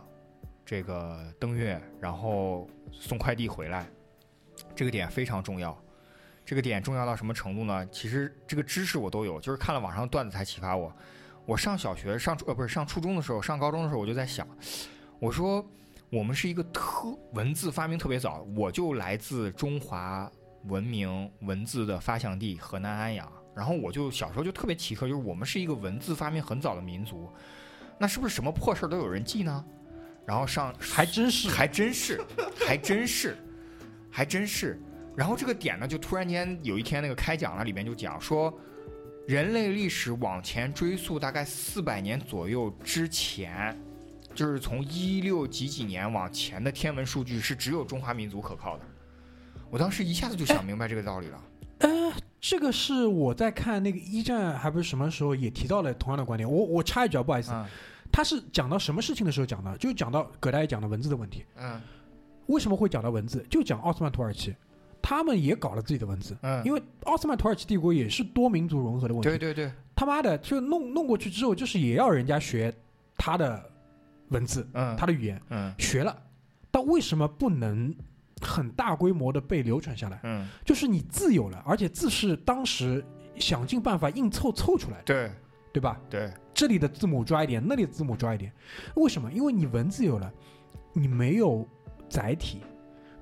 这个登月，然后送快递回来，这个点非常重要。这个点重要到什么程度呢？其实这个知识我都有，就是看了网上的段子才启发我。我上小学上初呃不是上初中的时候，上高中的时候我就在想，我说我们是一个特文字发明特别早，我就来自中华文明文字的发祥地河南安阳。然后我就小时候就特别奇特，就是我们是一个文字发明很早的民族，那是不是什么破事儿都有人记呢？然后上
还真是
还真是，还真是，还真是。然后这个点呢，就突然间有一天那个开讲了，里面就讲说，人类历史往前追溯大概四百年左右之前，就是从一六几几年往前的天文数据是只有中华民族可靠的。我当时一下子就
哎
想明白这个道理了。
这个是我在看那个一战还不是什么时候也提到了同样的观点。我我插一句啊，不好意思，
嗯
他是讲到什么事情的时候讲的？就讲到葛大爷讲的文字的问题。
嗯
为什么会讲到文字？就讲奥斯曼土耳其，他们也搞了自己的文字，
嗯，
因为奥斯曼土耳其帝国也是多民族融合的问
对
题。
对对，
他妈的，就弄弄过去之后，就是也要人家学他的文字，
嗯
他的语言
嗯
学了，但为什么不能很大规模的被流传下来？
嗯，
就是你字有了，而且字是当时想尽办法硬凑凑出来的，
对
对吧？
对，
这里的字母抓一点，那里的字母抓一点，为什么？因为你文字有了，你没有载体。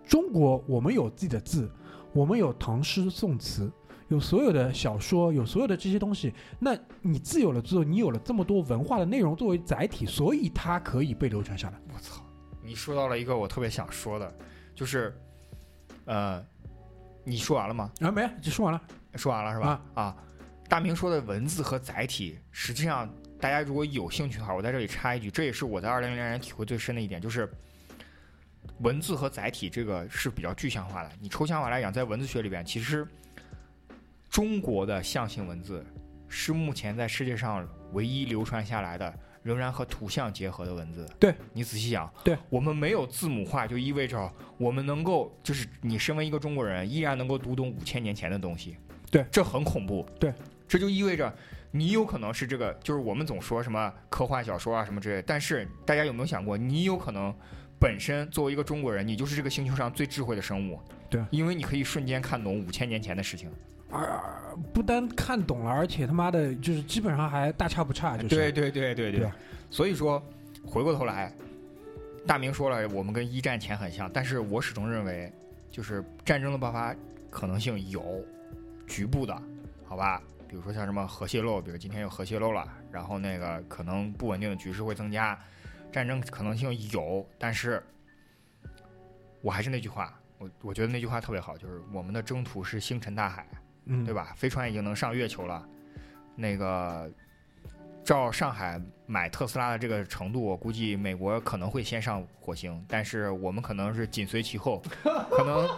中国我们有自己的字，我们有唐诗宋词，有所有的小说，有所有的这些东西。那你自有了之后，你有了这么多文化的内容作为载体，所以它可以被流传下来。
我操，你说到了一个我特别想说的，就是，呃，你说完了吗？
啊，没，就说完了。
说完了是吧？啊大明说的文字和载体，实际上大家如果有兴趣的话，我在这里插一句，这也是我在二零零零年体会最深的一点，就是文字和载体这个是比较具象化的。你抽象化来讲，在文字学里边，其实中国的象形文字是目前在世界上唯一流传下来的。仍然和图像结合的文字，
对
你仔细想，
对
我们没有字母化，就意味着我们能够，就是你身为一个中国人，依然能够读懂五千年前的东西，这很恐怖。
对，
这就意味着你有可能是这个，就是我们总说什么科幻小说啊什么之类的，但是大家有没有想过，你有可能本身作为一个中国人，你就是这个星球上最智慧的生物。
对
因为你可以瞬间看懂五千年前的事情。
不单看懂了，而且他妈的，就是基本上还大差不差，就是
对对对对
对啊吧
所以说，回过头来，大明说了，我们跟一战前很像，但是我始终认为，就是战争的爆发可能性有局部的，好吧？比如说像什么核泄漏，比如今天有核泄漏了，然后那个可能不稳定的局势会增加，战争可能性有，但是我还是那句话，我我觉得那句话特别好，就是我们的征途是星辰大海，
嗯，
对
吧？
吧？飞船已经能上月球了，那个照上海买特斯拉的这个程度，我估计美国可能会先上火星，但是我们可能是紧随其后，可能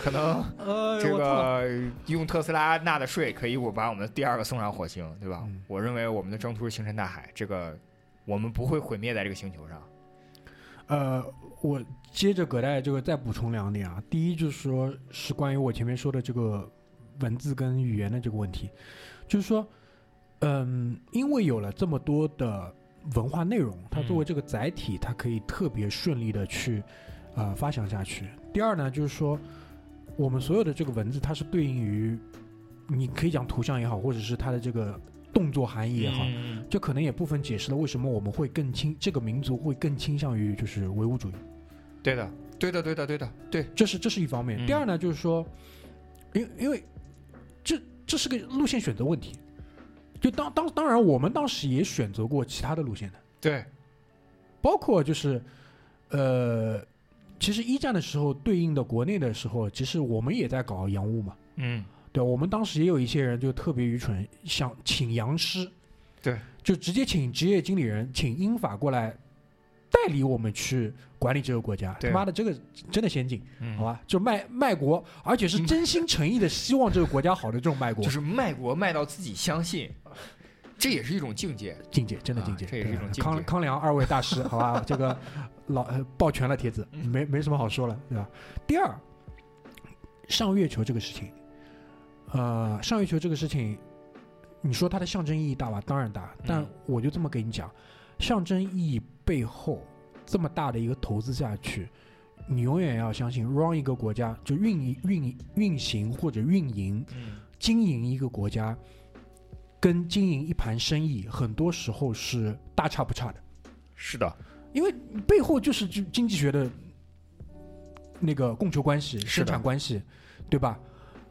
可能
呃，
这
我操
个用特斯拉纳的税可以我把我们第二个送上火星，对吧
嗯？
我认为我们的征途是星辰大海，这个我们不会毁灭在这个星球上。
呃，我接着葛代这个再补充两点啊。第一就是说，是关于我前面说的这个文字跟语言的这个问题，就是说，嗯，因为有了这么多的文化内容，它作为这个载体，它可以特别顺利的去呃发想下去。第二呢，就是说，我们所有的这个文字，它是对应于你可以讲图像也好，或者是它的这个动作含义也好，
嗯
这可能也部分解释了为什么我们会更倾这个民族会更倾向于就是唯物主义，
对的，对的，对的，对的，对，
这是这是一方面。
嗯
第二呢，就是说，因为因为这这是个路线选择问题，就当当当然我们当时也选择过其他的路线的，
对，
包括就是呃，其实一战的时候对应的国内的时候，其实我们也在搞洋务嘛，
嗯，
对，我们当时也有一些人就特别愚蠢，想请洋师，
对，
就直接请职业经理人，请英法过来代理我们去管理这个国家。他
对
妈的，这个真的先进，
嗯
好吧？就卖卖国，而且是真心诚意的希望这个国家好的这种卖国
就，是卖国卖到自己相信，这也是一种境界。
境界真的境界，
啊这也是一种境界
康康良二位大师，好吧，这个老呃抱拳了，铁子，
嗯
没没什么好说了，对吧？第二，上月球这个事情，呃，上月球这个事情，你说它的象征意义大吧？当然大，但
嗯
我就这么给你讲，象征意义背后这么大的一个投资下去。你永远要相信，run 一个国家就运营、运营、运行或者运营，
嗯，
经营一个国家，跟经营一盘生意，很多时候是大差不差的，
是的，
因为背后就是就经济学的那个供求关系、
的
生产关系，对吧？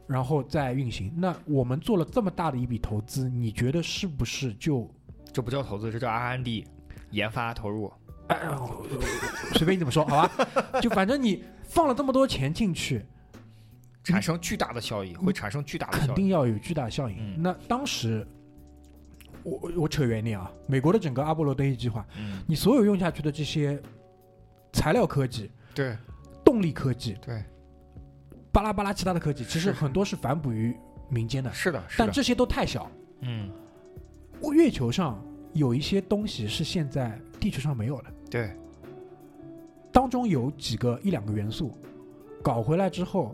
然后再运行。那我们做了这么大的一笔投资，你觉得是不是就
这不叫投资，这叫 R&D，研发投入。
哎呀，我我我随便你怎么说，好吧？ 就反正你放了这么多钱进去，
产生巨大的效益，会产生巨大的
肯
效益。
定要有巨大效应。
嗯
那当时，我我我扯远一点啊，美国的整个阿波罗登月计划，
嗯，
你所有用下去的这些材料科技、
对
动力科技、
对，
巴拉巴拉其他的科技，其实
是
很多是反哺于民间的，
是的，是
但
的。
这些都太小。
嗯，
月球上有一些东西是现在地球上没有的，
对，
当中有几个一两个元素，搞回来之后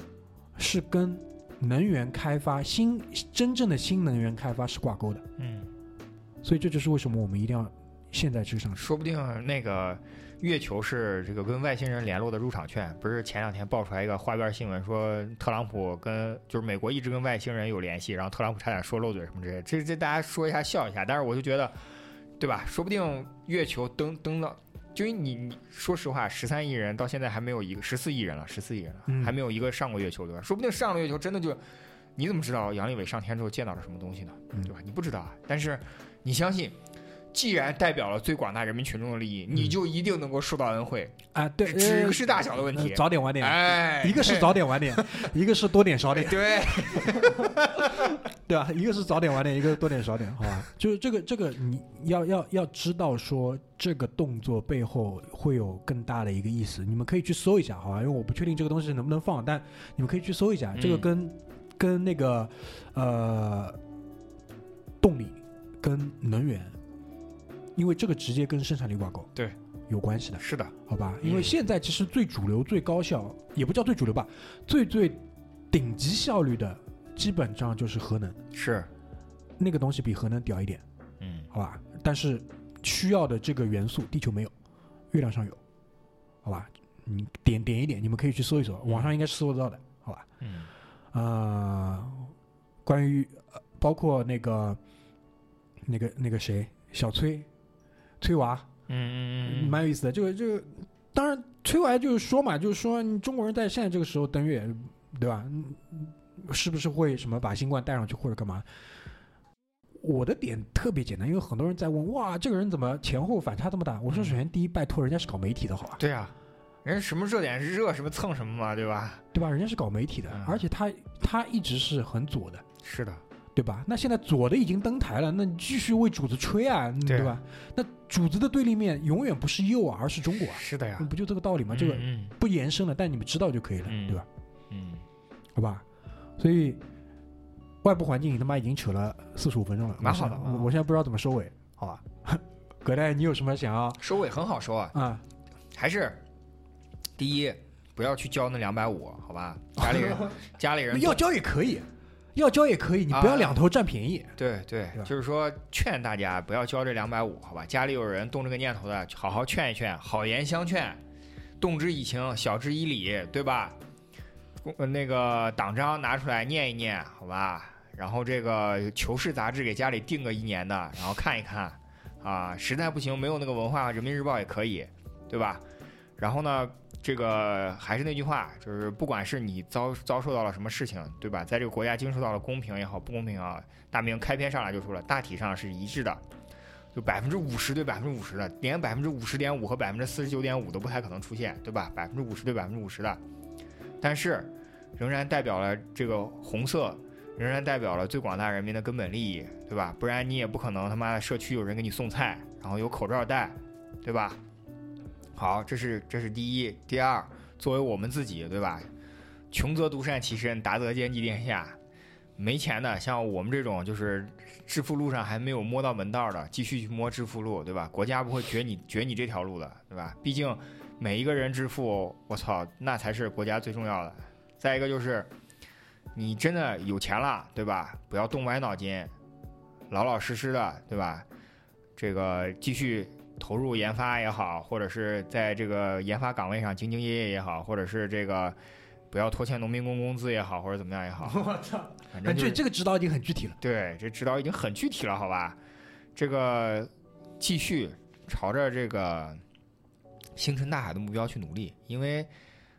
是跟能源开发新真正的新能源开发是挂钩的，
嗯，
所以这就是为什么我们一定要现在至上主义。
说不定那个月球是这个跟外星人联络的入场券。不是前两天爆出来一个花边新闻，说特朗普跟就是美国一直跟外星人有联系，然后特朗普差点说漏嘴什么之类的。这这大家说一下笑一下，但是我就觉得，对吧？说不定月球登登到，就因为你你说实话，十三亿人到现在还没有一个十四亿人了，十四亿人了，
嗯
还没有一个上过月球，对吧？说不定上了月球真的就，你怎么知道杨利伟上天之后见到了什么东西呢？
嗯
对吧？你不知道啊，但是你相信。既然代表了最广大人民群众的利益，
嗯
你就一定能够受到恩惠，
啊，对，
只
呃
是大小的问题
呃。早点晚点，
哎，
一个是早点晚 点，一个是多点少点。
对，
对啊，一个是早点晚点，一个是多点少点，好 吧？就是这个这个，你要要要知道说这个动作背后会有更大的一个意思，你们可以去搜一下，好吧？因为我不确定这个东西能不能放，但你们可以去搜一下，这个
嗯
跟、跟那个呃动力跟能源，因为这个直接跟生产力挂钩，
对，
有关系的。
是的，
好吧？
嗯
因为现在其实最主流、最高效，也不叫最主流吧，最最顶级效率的，基本上就是核能，
是，
那个东西比核能屌一点，
嗯，
好吧？但是需要的这个元素，地球没有，月亮上有，好吧？你点点一点，你们可以去搜一搜，网上应该是搜得到的，好吧？
嗯，
呃，关于、呃包括那个那个那个谁，小崔，崔娃，
嗯，
蛮有意思的。这个这个，当然崔娃就是说嘛，就是说你中国人在现在这个时候登月，对吧？嗯是不是会什么把新冠带上去或者干嘛？我的点特别简单，因为很多人在问，哇，这个人怎么前后反差这么大？我说，
嗯
首先第一，拜托，人家是搞媒体的，好吧，
对啊，人什么热点是热什么蹭什么嘛，对吧？
对吧？人家是搞媒体的
嗯，
而且他他一直是很左的，
是的，
对吧？那现在左的已经登台了，那你继续为主子吹啊，嗯
对
对吧？那主子的对立面永远不是右啊，而是中国啊，
是的呀，
不就这个道理吗？这个
嗯，
不延伸了，但你们知道就可以了，
嗯
对吧？
嗯，
好吧？所以外部环境他妈已经扯了四十五分钟了，
蛮好的
我现
嗯蛮好的
我我现在不知道怎么收尾，好吧？ 葛代，你有什么想要
收尾很好收啊，
啊？
还是第一，不要去交那两百五，好吧？家里人，家里人
要交也可以，要交也可以，你不要
啊
两头占便宜。
对对
对吧，
就是说劝大家不要交这两百五，好吧？家里有人动这个念头的，好好劝一劝，好言相劝，动之以情，晓之以理，对吧？公呃那个党章拿出来念一念，好吧？然后这个《求是》杂志给家里订个一年的，然后看一看啊，实在不行没有那个文化，《人民日报》也可以，对吧？然后呢，这个还是那句话，就是不管是你遭遭受到了什么事情，对吧？在这个国家经受到了公平也好，不公平啊，大明开篇上来就说了，大体上是一致的，就百分之五十对百分之五十的，连百分之五十点五和百分之四十九点五都不太可能出现，对吧？百分之五十对百分之五十的，但是仍然代表了这个红色，仍然代表了最广大人民的根本利益，对吧？不然你也不可能他妈的社区有人给你送菜，然后有口罩戴，对吧？好，这是这是第一，第二，作为我们自己，对吧？穷则独善其身，达则兼济天下。没钱的，像我们这种就是致富路上还没有摸到门道儿的，继续去摸致富路，对吧？国家不会绝你绝你这条路的，对吧？毕竟每一个人致富，我操，那才是国家最重要的。再一个就是，你真的有钱了，对吧？不要动歪脑筋，老老实实的，对吧？这个继续投入研发也好，或者是在这个研发岗位上兢兢业业也好，或者是这个不要拖欠农民工工资也好，或者怎么样也好，
我操，
反正
感
就
觉
是
这个指导已经很具体了。
对，这指导已经很具体了，好吧？这个继续朝着这个星辰大海的目标去努力，因为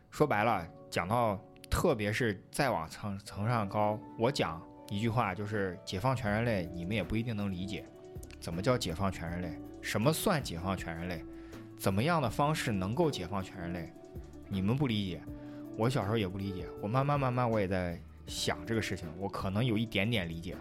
说白了，讲到特别是再往层层上高，我讲一句话就是解放全人类，你们也不一定能理解，怎么叫解放全人类？什么算解放全人类？怎么样的方式能够解放全人类？你们不理解，我小时候也不理解，我慢慢慢慢我也在想这个事情，我可能有一点点理解。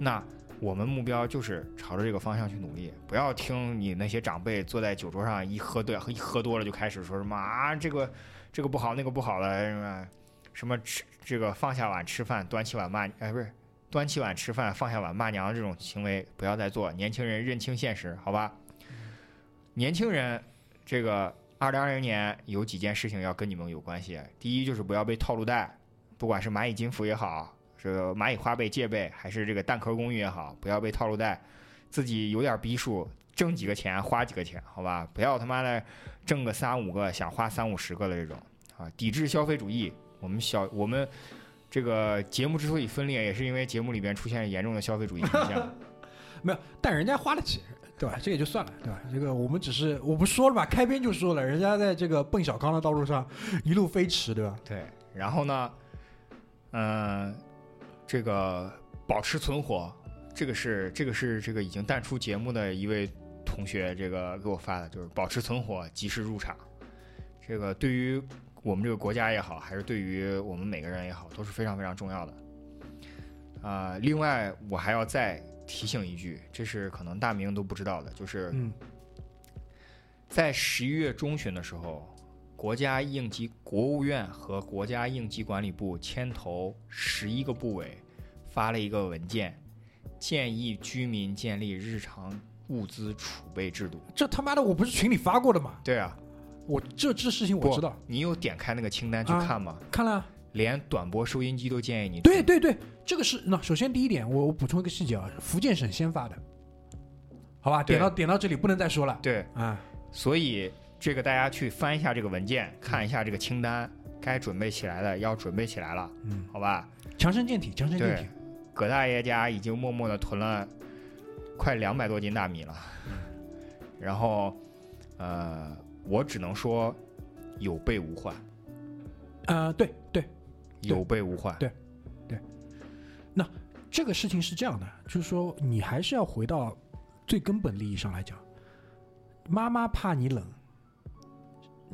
那我们目标就是朝着这个方向去努力，不要听你那些长辈坐在酒桌上一喝对一喝多了就开始说什么啊这个这个不好那个不好了什么什么吃这个放下碗吃饭端起碗骂哎不是端起碗吃饭放下碗骂娘这种行为不要再做，年轻人认清现实好吧？年轻人这个二零二零年有几件事情要跟你们有关系，第一就是不要被套路贷，不管是蚂蚁金服也好，这个蚂蚁花呗、借呗，还是这个蛋壳公寓也好，不要被套路贷，自己有点逼数，挣几个钱花几个钱，好吧，不要他妈的挣个三五个想花三五十个的这种啊，抵制消费主义。我们小我们这个节目之所以分裂，也是因为节目里边出现了严重的消费主义倾向。
没有，但人家花得起，对吧？这也就算了，对吧？这个我们只是我不说了吧，开篇就说了，人家在这个奔小康的道路上一路飞驰，对吧？
对，然后呢，嗯、这个保持存活，这个是这个是这个已经淡出节目的一位同学这个给我发的，就是保持存活，及时入场。这个对于我们这个国家也好，还是对于我们每个人也好，都是非常非常重要的。啊、另外我还要再提醒一句，这是可能大明都不知道的，就是
嗯，
在十一月中旬的时候，国家应急国务院和国家应急管理部牵头十一个部委发了一个文件，建议居民建立日常物资储备制度。
这他妈的我不是群里发过的吗？
对啊，
我这这事情
不
我知道，
你有点开那个清单去
啊
看吗？
看了啊、
连短波收音机都建议你
对对对，这个是那首先第一点，我我补充一个细节啊，福建省先发的，好吧，
对
点到点到这里不能再说了
对，
啊。
所以这个大家去翻一下这个文件，看一下这个清单，该准备起来的要准备起来了，
嗯，
好吧？
强身健体，强身健
对
体，，
葛大爷家已经默默的囤了快两百多斤大米了。然后，呃，我只能说有备无患，
呃，对对，
有备无患。
对这个事情是这样的，就是说你还是要回到最根本利益上来讲，妈妈怕你冷，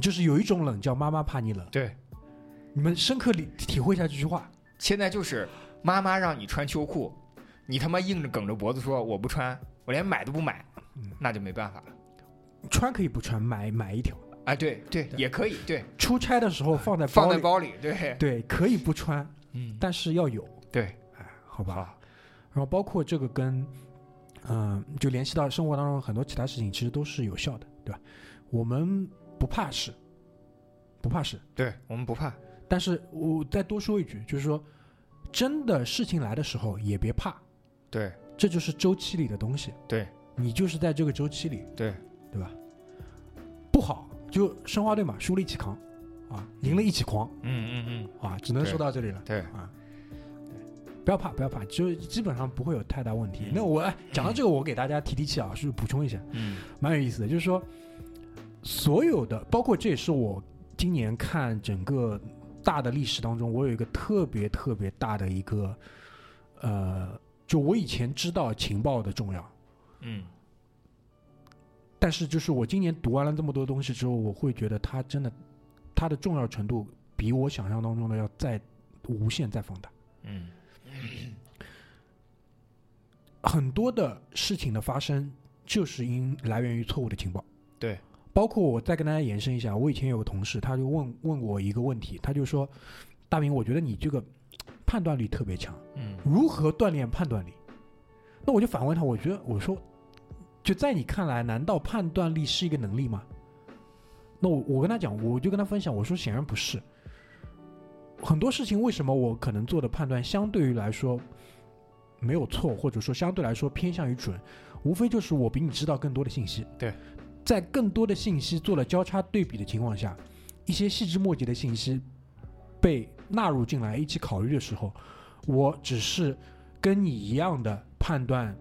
就是有一种冷叫妈妈怕你冷，
对，
你们深刻理体会一下这句话。
现在就是妈妈让你穿秋裤，你他妈硬着梗着脖子说我不穿，我连买都不买，那就没办法了。
穿可以不穿，买买一条。
哎，对对，也可以，对，
出差的时候放在
放
包
在
里，
包里，对，
对，可以不穿，
嗯，
但是要有，
对，
哎，好吧。
好，
然后包括这个跟，嗯、就联系到生活当中很多其他事情，其实都是有效的，对吧？我们不怕事，不怕事，
对我们不怕，
但是我再多说一句，就是说，真的事情来的时候也别怕，
对
这就是周期里的东西，
对
你就是在这个周期里，
对，
对吧？不好就申花队嘛，输了一起扛，啊，赢了一起狂，
嗯嗯嗯，
啊，只能
对
说到这里了。
对，
啊，对，不要怕，不要怕，就基本上不会有太大问题
嗯。
那我哎讲到这个，我给大家提提气啊，是补充一下，
嗯
蛮有意思的，就是说，所有的，包括这也是我今年看整个大的历史当中，我有一个特别特别大的一个，呃，就我以前知道情报的重要，
嗯，
但是就是我今年读完了这么多东西之后，我会觉得它真的，它的重要程度比我想象当中的要再无限再放大。
嗯
很多的事情的发生，就是因来源于错误的情报。
对，
包括我再跟大家延伸一下，我以前有个同事，他就问问我一个问题，他就说：“大明，我觉得你这个判断力特别强，
嗯。
如何锻炼判断力？”那我就反问他，我觉得我说，就在你看来，难道判断力是一个能力吗？那我我跟他讲，我就跟他分享，我说显然不是。很多事情为什么我可能做的判断相对于来说没有错，或者说相对来说偏向于准，无非就是我比你知道更多的信息。
对，
在更多的信息做了交叉对比的情况下，一些细枝末节的信息被纳入进来一起考虑的时候，我只是跟你一样的判断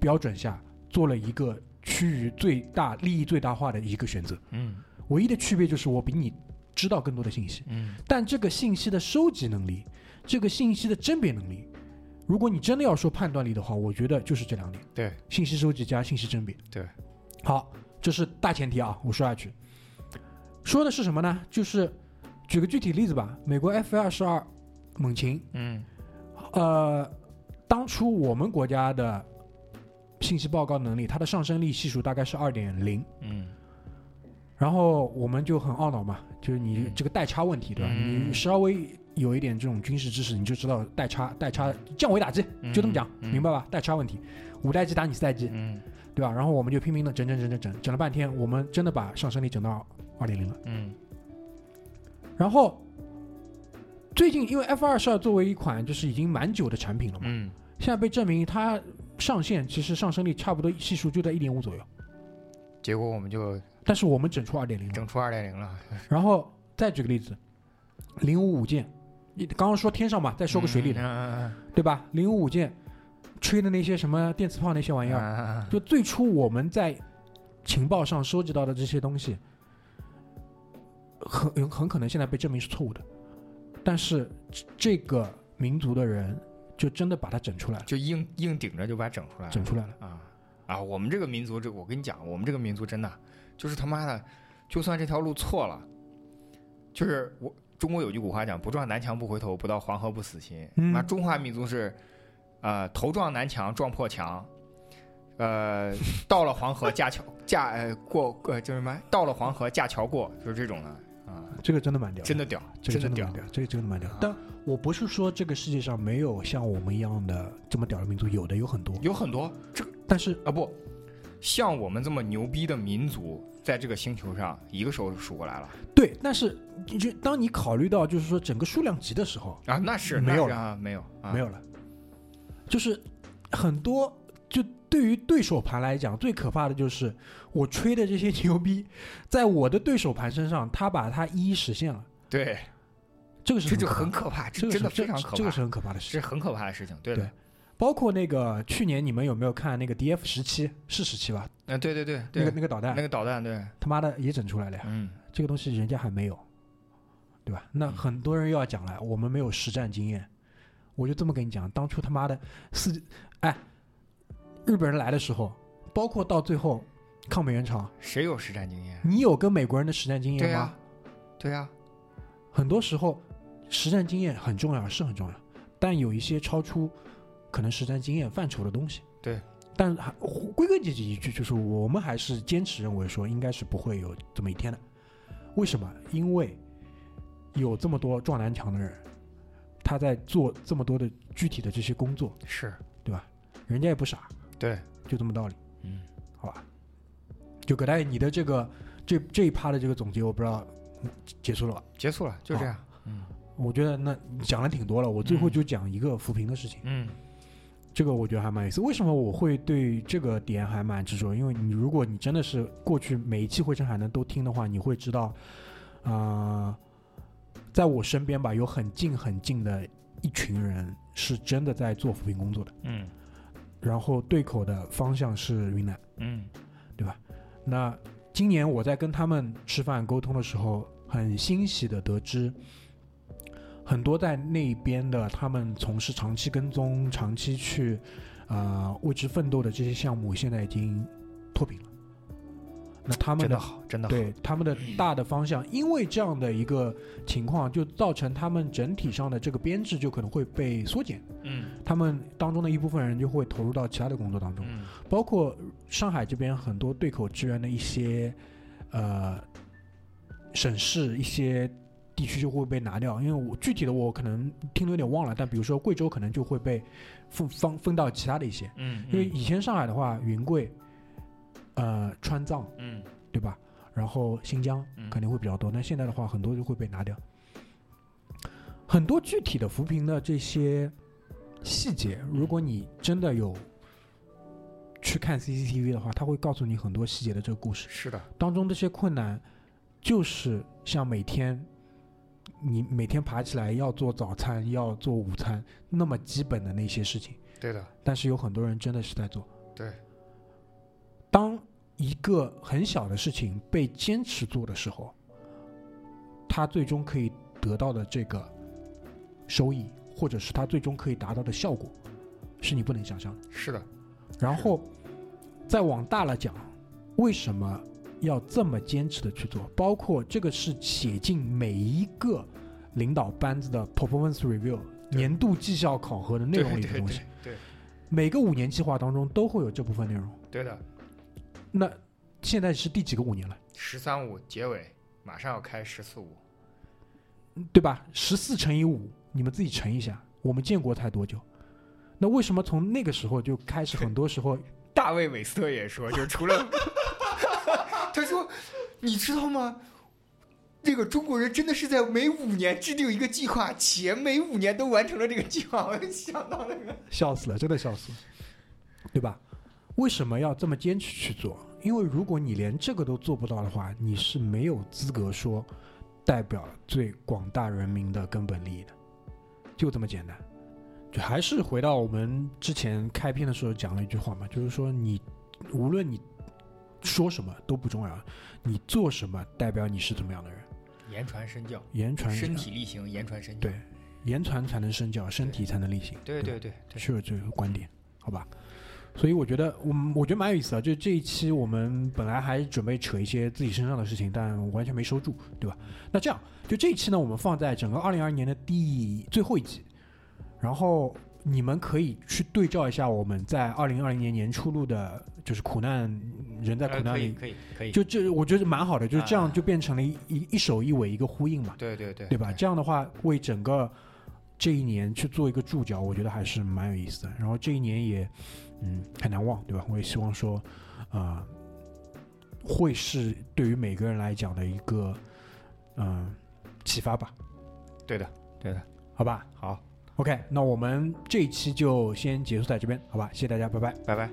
标准下做了一个趋于最大利益最大化的一个选择。
嗯
唯一的区别就是我比你知道更多的信息，
嗯
但这个信息的收集能力，这个信息的甄别能力，如果你真的要说判断力的话，我觉得就是这两点：，
对，
信息收集加信息甄别。
对，
好，这是大前提啊。我说下去，说的是什么呢？就是举个具体例子吧，美国 F 二十二猛禽，
嗯
呃，当初我们国家的信息报告能力，它的上升力系数大概是二点零。
嗯
然后我们就很懊恼嘛，就是你
嗯
这个代差问题，对吧？
嗯
你稍微有一点这种军事知识，你就知道代差代差降维打击，就这么讲，
嗯嗯
明白吧？代差问题，五代机打你四代机，
嗯
对吧？然后我们就拼命的整整整整整，整了半天，我们真的把上升力整到二点零了。
嗯
然后最近因为 F 二十二作为一款就是已经蛮久的产品了嘛，
嗯
现在被证明它上限其实上升率差不多系数就在一点五左右，
结果我们就
但是我们整出二点零
整出二点零了。
然后再举个例子，零五五舰，你刚刚说天上嘛，再说个水里的，
嗯嗯
对吧？零五五舰吹的那些什么电磁炮那些玩意
嗯
儿，
嗯嗯，
就最初我们在情报上收集到的这些东西，很有很可能现在被证明是错误的，但是这这个民族的人就真的把它整出来了，
就硬硬顶着就把它整出来了。
整出来了。
啊啊！我们这个民族，这个我跟你讲，我们这个民族真的就是他妈的，就算这条路错了，就是我中国有句古话讲，不撞南墙不回头，不到黄河不死心。
嗯
那、中华民族是，呃，头撞南墙撞破墙，呃，到了黄河架桥 架呃过呃叫什么？到了黄河架桥过，就是这种的啊，
这个真的蛮屌的，
真的屌，
这个
的
真的
屌啊
蛮。屌，这个真的蛮屌。但我不是说这个世界上没有像我们一样的这么屌的民族，有的有很多，
有很多这个
但是
啊不，像我们这么牛逼的民族，在这个星球上一个手数过来了。
对，但是你就当你考虑到就是说整个数量级的时候，
啊，那是
没有
那
了
是啊，没有啊，
没有了，就是很多就对于对手盘来讲，最可怕的就是我吹的这些牛逼，在我的对手盘身上，他把它一一实现了，
对，
这个是
这就
很
很
可
可怕，
这
这
个是
真的
这
非常可怕，
这个是很可怕的事
这
情
是。很可怕的事情，对
对
的，
包括那个去年你们有没有看那个 D F 十七是十七吧？
嗯，对对对
那个
对，
那个导弹
那，个导弹，对，
他妈的也整出来了呀！
嗯，
这个东西人家还没有，对吧？那很多人又要讲了，我们没有实战经验，我就这么跟你讲，当初他妈的四，哎，日本人来的时候，包括到最后抗美援朝，
谁有实战经验？
你有跟美国人的实战经
对
验吗？
呀，对呀，
很多时候实战经验很重要，是很重要，但有一些超出可能实战经验范畴的东西。
对，
但还归根结底一句，就是我们还是坚持认为说，应该是不会有这么一天的。为什么？因为有这么多撞南墙的人，他在做这么多的具体的这些工作，
是，
人家也不傻，
对，
就这么道理，
嗯，
好吧？就葛大爷，你的这个这这一趴的这个总结，我不知道嗯结束了吧？
结束了，就这
好
样，嗯
我觉得那讲了挺多了，我最后
嗯
就讲一个扶贫的事情，
嗯，
这个我觉得还蛮有意思。为什么我会对这个点还蛮执着？因为你如果你真的是过去每一期《汇成海南》都听的话，你会知道，啊，在我身边吧，有很近很近的一群人是真的在做扶贫工作的，
嗯
然后对口的方向是云南。
嗯
那今年我在跟他们吃饭沟通的时候，很欣喜的得知，很多在那边的他们从事长期跟踪、长期去呃为之奋斗的这些项目，现在已经脱贫了。那他们
真
的
的好，真的好，
对他们的大的方向，因为这样的一个情况，就造成他们整体上的这个编制就可能会被缩减，
嗯
他们当中的一部分人就会投入到其他的工作当中。
嗯
包括上海这边很多对口支援的一些呃省市一些地区就会被拿掉，因为我具体的我可能听的有点忘了，但比如说贵州可能就会被分分分到其他的一些，
嗯，
因为以前上海的话，云贵、呃川藏
嗯
对吧？然后新疆
嗯
肯定会比较多，但现在的话，很多就会被拿掉。很多具体的扶贫的这些细节，如果你真的有去看 CCTV 的话，他会告诉你很多细节的这个故事
是的，
当中这些困难，就是像每天你每天爬起来要做早餐、要做午餐那么基本的那些事情。
对的，
但是有很多人真的是在做。
对，
当一个很小的事情被坚持做的时候，他最终可以得到的这个收益，或者是他最终可以达到的效果，是你不能想象的。
是的，
然后再往大了讲，为什么要这么坚持的去做？包括这个是写进每一个领导班子的 performance review
对
年度绩效考核的内
对
容里
对
的东西
对。对
每个五年计划当中都会有这部分内容。
对的，
那现在是第几个五年了，
十三五结尾马上要开十四五，
对吧？十四乘以五，你们自己乘一下。我们建国才多久？那为什么从那个时候就开始，很多时候
大卫·韦斯特也说，就是除了 他说，你知道吗？这个中国人真的是在每五年制定一个计划，且每五年都完成了这个计划。我就想到那个，
笑死了，真的笑死了。对吧？为什么要这么坚持去做？因为如果你连这个都做不到的话，你是没有资格说代表最广大人民的根本利益的，就这么简单。就还是回到我们之前开篇的时候讲了一句话嘛，就是说你无论你说什么都不重要，你做什么代表你是怎么样的人。
言传身教，
言传
身体力行，言传身教。
对言传才能身教，身体才能力行。
对
吧
对对对，
是有这个观点，好吧？所以我觉得，我们我觉得蛮有意思的。就这一期我们本来还准备扯一些自己身上的事情，但完全没收住，对吧？那这样，就这一期呢，我们放在整个二零二年的第最后一集，然后你们可以去对照一下我们在二零二零年年初录的，就是苦难人在
呃
苦难
可
里
以，可以可以，
就这我觉得蛮好的，就是这
啊
样就变成了一一一手一尾一个呼应嘛。
对对对，
对吧？这样的话，为整个这一年去做一个注脚，我觉得还是蛮有意思的。然后这一年也，嗯，很难忘，对吧？我也希望说，啊、会是对于每个人来讲的一个，嗯、启发吧，
对的对的，
好吧
好，
？OK，那我们这一期就先结束在这边，好吧？谢谢大家，拜拜。
拜拜。